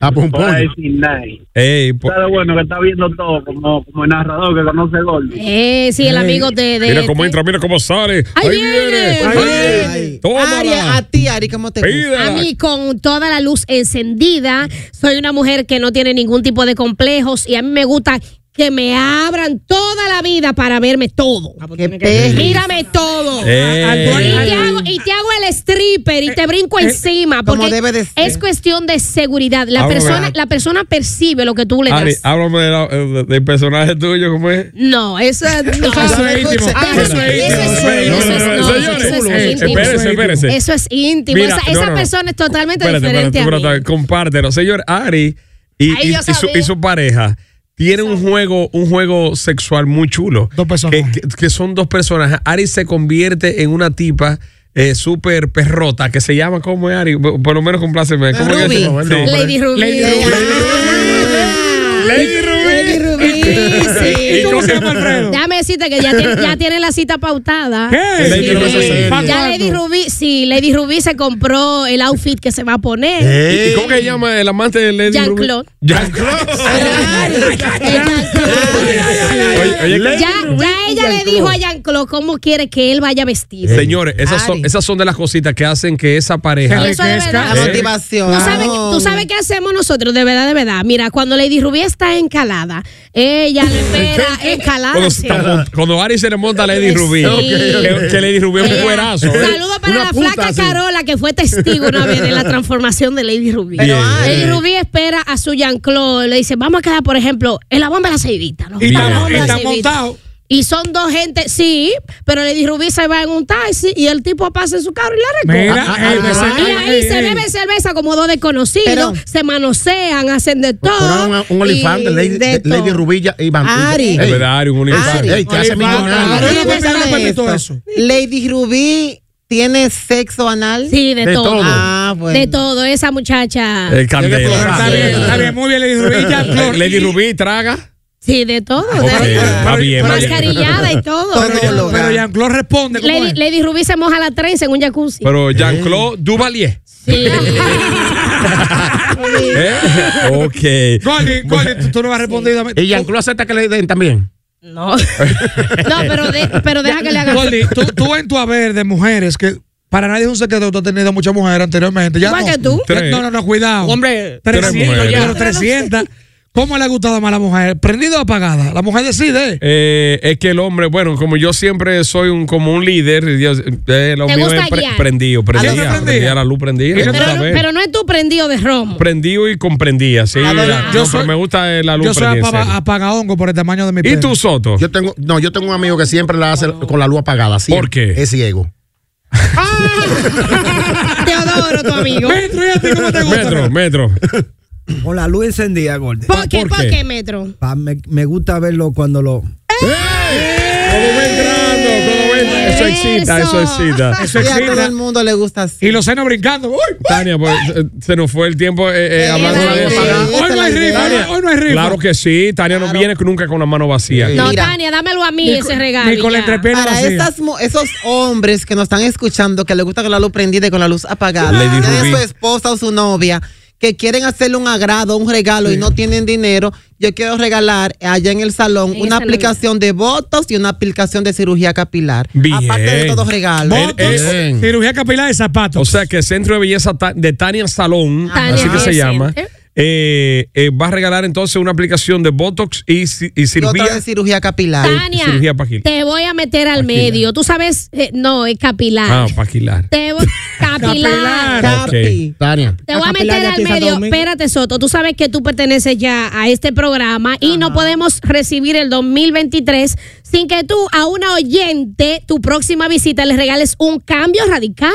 S12: Ah, pues un
S17: Por ahí
S12: pollo.
S17: sin nadie.
S6: Ey, po-
S17: Pero bueno, que está viendo todo como, como el narrador que conoce el gol.
S9: Eh, sí, el amigo de. este de
S6: Mira cómo entra, mira cómo sale.
S9: Ahí
S6: Ahí,
S9: viene,
S6: viene.
S9: ahí
S6: Ahí
S9: viene.
S6: viene. Tómala.
S16: Ari, a ti, Ari, ¿cómo te gusta?
S9: A mí con toda la luz encendida, soy una mujer que no tiene ningún tipo de complejos y a mí me gusta que me abran toda la vida para verme todo.
S16: Ah, pues
S9: Mírame todo.
S6: Ey.
S9: Y, te hago, y te hago el stripper
S6: Eh,
S9: y te brinco encima
S16: como
S9: porque
S16: debe de ser.
S9: es cuestión de seguridad. La
S6: Ahora,
S9: persona,
S6: ¿verdad?
S9: la persona percibe lo que tú le das.
S6: Ari, háblame de la- de- del personaje tuyo, ¿cómo es?
S9: No, eso es no.
S6: Eso es íntimo.
S9: Eso es
S6: Espera, espera, espera,
S9: íntimo. Eso es- no, eso
S6: espérese,
S9: es íntimo.
S6: espérese, espérese.
S9: Eso es íntimo.
S6: Mira,
S9: Esa
S6: no,
S9: esa
S6: no, no.
S9: persona es totalmente
S6: Espérate,
S9: diferente
S6: espérate,
S9: a mí.
S6: espérate, compártelo. Señor Ari y,
S9: Ay,
S6: y-
S9: yo
S6: y su,
S9: sabía.
S6: y su pareja tienen un juego, un juego sexual muy chulo. Dos personas. Que, que- que son dos personajes. Ari se convierte en una tipa. eh, súper perrota, que se llama ¿cómo es Ari? Por por lo menos compláceme. ¿Cómo es que se llama? Sí.
S9: Lady Ruby.
S6: Lady
S9: Lady Rubí. sí.
S6: ¿Y cómo se llama Alfredo?
S9: Déjame decirte que ya tiene, ya tiene la cita pautada.
S6: ¿Qué?
S9: Sí.
S6: Lady Rubí, ¿en serio? ¿Para
S9: Ya
S6: cuándo?
S9: Lady Rubí, sí, Lady Rubí se compró el outfit que se va a poner.
S6: ¿Y- ¿Y cómo que se llama el amante de Lady Ruby?
S9: Jean-Claude.
S6: Oye, oye,
S9: Ya, ya ella le dijo a Jean-Claude cómo quiere que él vaya vestido.
S6: Señores, esas son, esas son de las cositas que hacen que esa pareja.
S9: Y eso de verdad.
S6: ¿Eh?
S9: ¿Tú sabes, tú sabes qué hacemos nosotros, de verdad, de verdad. Mira, cuando Lady Rubí está encalada, ella lo espera encalada.
S6: Cuando, se está mont- cuando Ari se le monta a Lady
S9: Ah, Sí.
S6: Rubí,
S9: Ok, ok.
S6: que, que Lady Rubí es un
S9: Ella-
S6: cuerazo. ¿eh?
S9: Saludo para
S6: Una
S9: la
S6: puta
S9: flaca
S6: así.
S9: Carola que fue testigo una vez de la transformación de Lady Rubí.
S6: Pero, Bien. ay.
S9: Lady Rubí espera a su Jean-Claude, le dice, vamos a quedar, por ejemplo, en la bomba de la ceibita. ¿no?
S6: Y
S9: En la
S6: está-
S13: Eh,
S9: bomba de
S6: y
S9: la
S6: está
S9: ceibita. Y son dos gente, sí, pero Lady Rubí se va en un taxi y el tipo pasa en su carro y la recoge.
S8: Mira, ey, me
S9: Ah,
S8: se-
S9: y ahí
S8: ey,
S9: se
S8: ey.
S9: bebe cerveza como dos desconocidos, se manosean, hacen de todo.
S12: Pero Pues un, un olifante,
S9: y
S12: Lady,
S9: de
S12: Lady
S9: todo.
S12: Rubilla y Van
S16: Ari.
S12: Ey,
S6: Es verdad, Ari, un
S12: Ari,
S6: universal.
S12: ey, te hace millonario.
S16: Ahora yo
S12: Ey,
S16: pensaba
S12: no permito
S16: esto. Lady Rubí tiene sexo anal.
S9: Sí, de, todo.
S16: Ah, bueno.
S9: De todo, esa muchacha.
S6: El candela.
S8: Está bien,
S12: Eh.
S8: está bien, muy bien, Lady Rubí. ya, Flor.
S6: Lady Rubí traga.
S9: Sí, de todo.
S6: Ok,
S9: de-
S6: está bien. muy bien.
S9: mascarillada y todo.
S8: Pero, Jean- pero Jean-Claude responde. ¿cómo
S9: Lady,
S8: es?
S9: Lady Rubí se moja la trenza en un jacuzzi.
S6: Pero Jean-Claude Duvalier.
S9: Sí.
S6: ¿Eh? Ok.
S8: Goli, Goli, tú, tú no vas a responder. dame-
S12: Y Jean-Claude acepta que le den también.
S9: No. no, pero, de- pero deja que le haga.
S8: Goli, tú, tú en tu haber de mujeres que. Para nadie es un secreto, tú has tenido muchas mujeres anteriormente. Ya
S9: Igual
S8: no.
S9: que tú.
S8: Ya- No, no, no, cuidado.
S7: Hombre,
S6: Tres
S8: 300,
S6: mujeres.
S8: ya, 300. ¿Cómo le ha gustado más a la mujer? ¿Prendida o apagada? La mujer decide.
S6: Eh, es que el hombre, bueno, como yo siempre soy un como un líder, Dios, eh, lo
S9: ¿Te
S6: mío
S9: gusta
S6: es pre-
S9: guiar?
S6: prendido,
S9: ¿A dónde
S6: prendía,
S9: prendía?
S6: prendía la luz, prendía.
S9: Pero,
S6: tú
S9: no-
S6: sabes.
S9: pero no es tu prendido de romo.
S6: prendido y comprendía, sí.
S8: Ah, no, no,
S6: No,
S8: yo
S6: pero
S8: soy-
S6: me gusta eh, la luz
S8: Yo soy
S6: prendida. en
S8: apagahongo
S6: serio.
S8: por el tamaño de mi
S6: ¿Y
S8: pene.
S6: tú, Soto?
S12: Yo tengo, no, yo tengo un amigo que siempre la hace con la luz apagada. ¿Por qué? Es ciego.
S9: Teodoro, tu amigo.
S8: Metro, ¿y a ti cómo te gusta?
S6: Metro, metro.
S18: Con la luz encendida, Gordy.
S9: ¿Por qué, ¿Por qué, Metro?
S18: Pa- me, me gusta verlo cuando lo.
S9: ¡Eh!
S6: Cuando va entrando, cuando va entrando. Eso excita, eso excita. Eso
S16: Y a todo
S6: excita.
S16: el mundo le gusta así.
S6: Y los senos brincando. Tania, pues eh, se nos fue el tiempo eh, eh, hablando
S16: dale,
S6: de eso.
S16: dale, Hoy no
S6: Tania,
S16: hay rifa,
S6: Tania,
S16: hoy no hay rifa.
S6: Claro que sí. Tania no viene nunca con la mano vacía.
S9: No, Tania, dámelo a mí ese regalo. y ya.
S16: Para esas mu- esos hombres que nos están escuchando, que les gusta con la luz prendida y con la luz apagada,
S6: Lady
S16: tienen
S6: Rubí.
S16: su esposa o su novia, que quieren hacerle un agrado, un regalo y no tienen dinero, yo quiero regalar allá en el salón una aplicación de botox y una aplicación de cirugía capilar. Aparte de todos regalos.
S6: cirugía capilar de zapatos. O sea que el Centro de Belleza Ta- de Tania Salón,
S16: Tania
S6: así que se
S16: Center.
S6: llama, eh, eh, va a regalar entonces una aplicación de Botox y, ci- y
S16: Y
S6: cirugía.
S16: otra de cirugía capilar.
S6: eh,
S9: Tania,
S6: cirugía paquilar.
S9: Te voy a meter al medio. Tú sabes, eh, no, es capilar.
S6: Ah, paquilar.
S9: Te voy capilar.
S12: Ok. Tania.
S9: Te voy a meter al medio. Espérate, Soto. Tú sabes que tú perteneces ya a este programa y no podemos recibir el 2023 sin que tú a una oyente, tu próxima visita, le regales un cambio radical.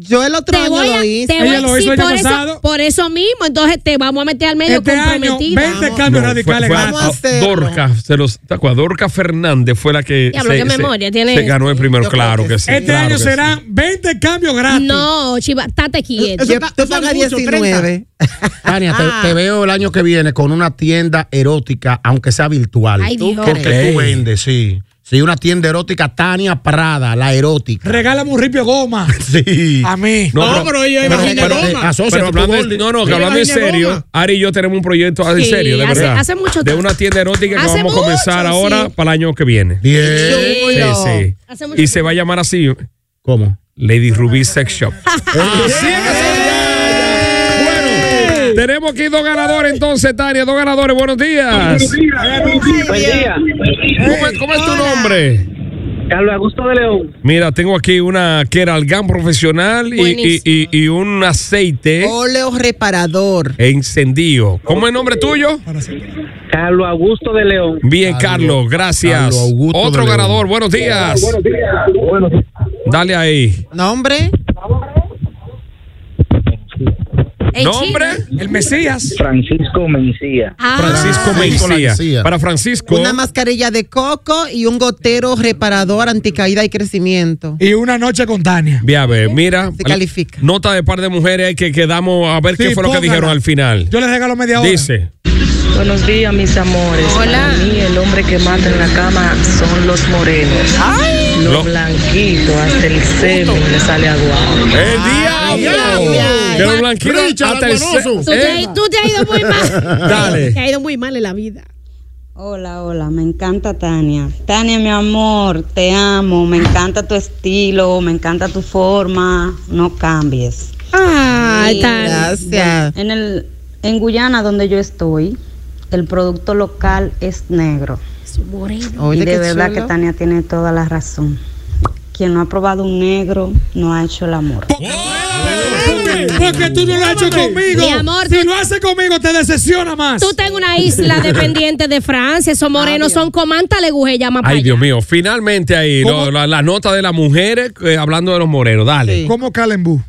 S16: Yo el otro año
S9: voy
S16: lo
S9: a-
S16: hice.
S9: te
S16: Ella
S9: voy-
S16: lo hizo
S9: sí,
S16: el año
S9: por, eso,
S16: pasado.
S9: por eso mismo. Entonces te vamos a meter al medio
S16: Este año,
S9: comprometida.
S16: 20
S6: No, fue- fue a- a- Dorca, se los, ¿te acuerdas? Dorca Fernández fue la que
S9: Diablo, qué memoria tiene
S6: se
S9: este.
S6: ganó el primero,
S9: Yo
S6: claro que sí.
S9: Este
S6: claro
S9: año
S6: que
S9: será-
S6: sí.
S8: 20 cambios gratis.
S9: No, chiva, estate quieto.
S16: Eso está- Tú eso es pagas mucho, 19.
S12: Tania, te,
S9: Ah.
S12: te veo el año que viene con una tienda erótica, aunque sea virtual.
S9: Ay,
S12: ¿Tú
S9: Dios.
S12: Porque
S6: Ok.
S12: tú vendes, sí. Sí, una tienda erótica, Tania Prada, la erótica.
S8: Regálame un ripio goma.
S12: Sí.
S8: A mí.
S6: No, pero- pero- pero-
S12: eh, asocia
S6: pero
S12: tu
S6: hablando de-
S12: gol.
S6: no, no, que
S12: Yo
S6: hablando en
S12: imagino
S6: serio,
S12: goma.
S6: Ari y yo tenemos un proyecto en
S12: Sí,
S6: serio, de
S12: hace-
S6: verdad.
S12: hace mucho
S6: de
S12: tiempo.
S6: una tienda erótica que
S12: Hace
S6: vamos a comenzar
S12: mucho,
S6: ahora
S12: sí.
S6: para el año que viene.
S12: Bien.
S6: Sí, sí.
S12: Hace mucho
S6: Y se va a llamar así.
S12: ¿Cómo?
S6: Lady Ruby Sex Shop.
S13: Ah.
S6: Bueno, tenemos aquí dos ganadores entonces, Tania. Dos ganadores, buenos días.
S11: Buen día.
S6: ¿Cómo es, cómo es tu nombre?
S11: Carlos Augusto de León.
S6: Mira, tengo aquí una Keralgan profesional y, y, y- y un aceite
S16: Óleo reparador.
S6: encendido. ¿Cómo es el nombre tuyo?
S11: Carlos Augusto de León.
S6: Bien, Carlos, gracias.
S11: Carlos Augusto
S6: Otro
S11: de León.
S6: ganador, buenos días.
S11: Buenos días.
S6: Dale ahí.
S16: ¿Nombre?
S6: ¿Nombre? El Mesías.
S17: Francisco Mencía.
S6: Francisco Mencía. Para Francisco.
S16: Una mascarilla de coco y un gotero reparador anticaída y crecimiento.
S8: Y una noche con Tania.
S6: Ve a ver, mira.
S16: Se califica.
S6: Nota de par de mujeres que quedamos a ver
S8: Sí,
S6: qué fue lo que
S8: póngala.
S6: dijeron al final.
S8: Yo les regalo media hora.
S6: Dice.
S19: Buenos días, mis amores. Hola. Para mí, el hombre que mata en la cama son los morenos. Los
S6: Lo-
S19: blanquitos, hasta el semen le sale agua.
S6: El diablo. De los blanquitos
S9: Richard,
S6: hasta el se- Eh.
S9: Tú te, has- tú te has ido muy mal.
S6: Dale.
S9: Te ha ido muy mal en la vida.
S20: Hola, hola, me encanta Tania. Tania, mi amor, te amo, me encanta tu estilo, me encanta tu forma, no cambies.
S9: Ay, Tania.
S20: Bueno, En, el, en Guyana, donde yo estoy, el producto local es negro.
S9: Oye,
S20: y de
S9: qué
S20: verdad
S9: chulo.
S20: que Tania tiene toda la razón. Quien no ha probado un negro no ha hecho el amor.
S8: Porque tú no lo has hecho conmigo.
S9: Mi amor,
S8: si lo haces conmigo, te decepciona más.
S9: Tú tengo una isla dependiente de Francia. Esos morenos son comanta, le guje llama para
S6: Ay, Dios mío, finalmente ahí lo- la, la nota de las mujeres eh, hablando de los morenos. Dale.
S8: ¿Cómo Calenbú?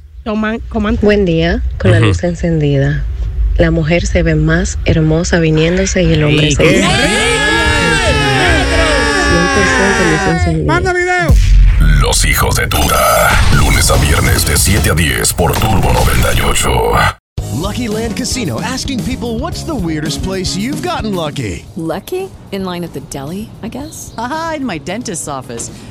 S21: Buen día, con la
S6: Ujú.
S21: luz encendida. La mujer se ve más hermosa viniéndose y el hombre se ve.
S8: Manda video.
S5: Los hijos de Tuta. Lunes a viernes de 7 a 10 por Turbo 98.
S24: Lucky Land Casino asking people what's the weirdest place you've gotten lucky?
S25: Lucky? In line at the deli, I guess? Aha, in my dentist's office.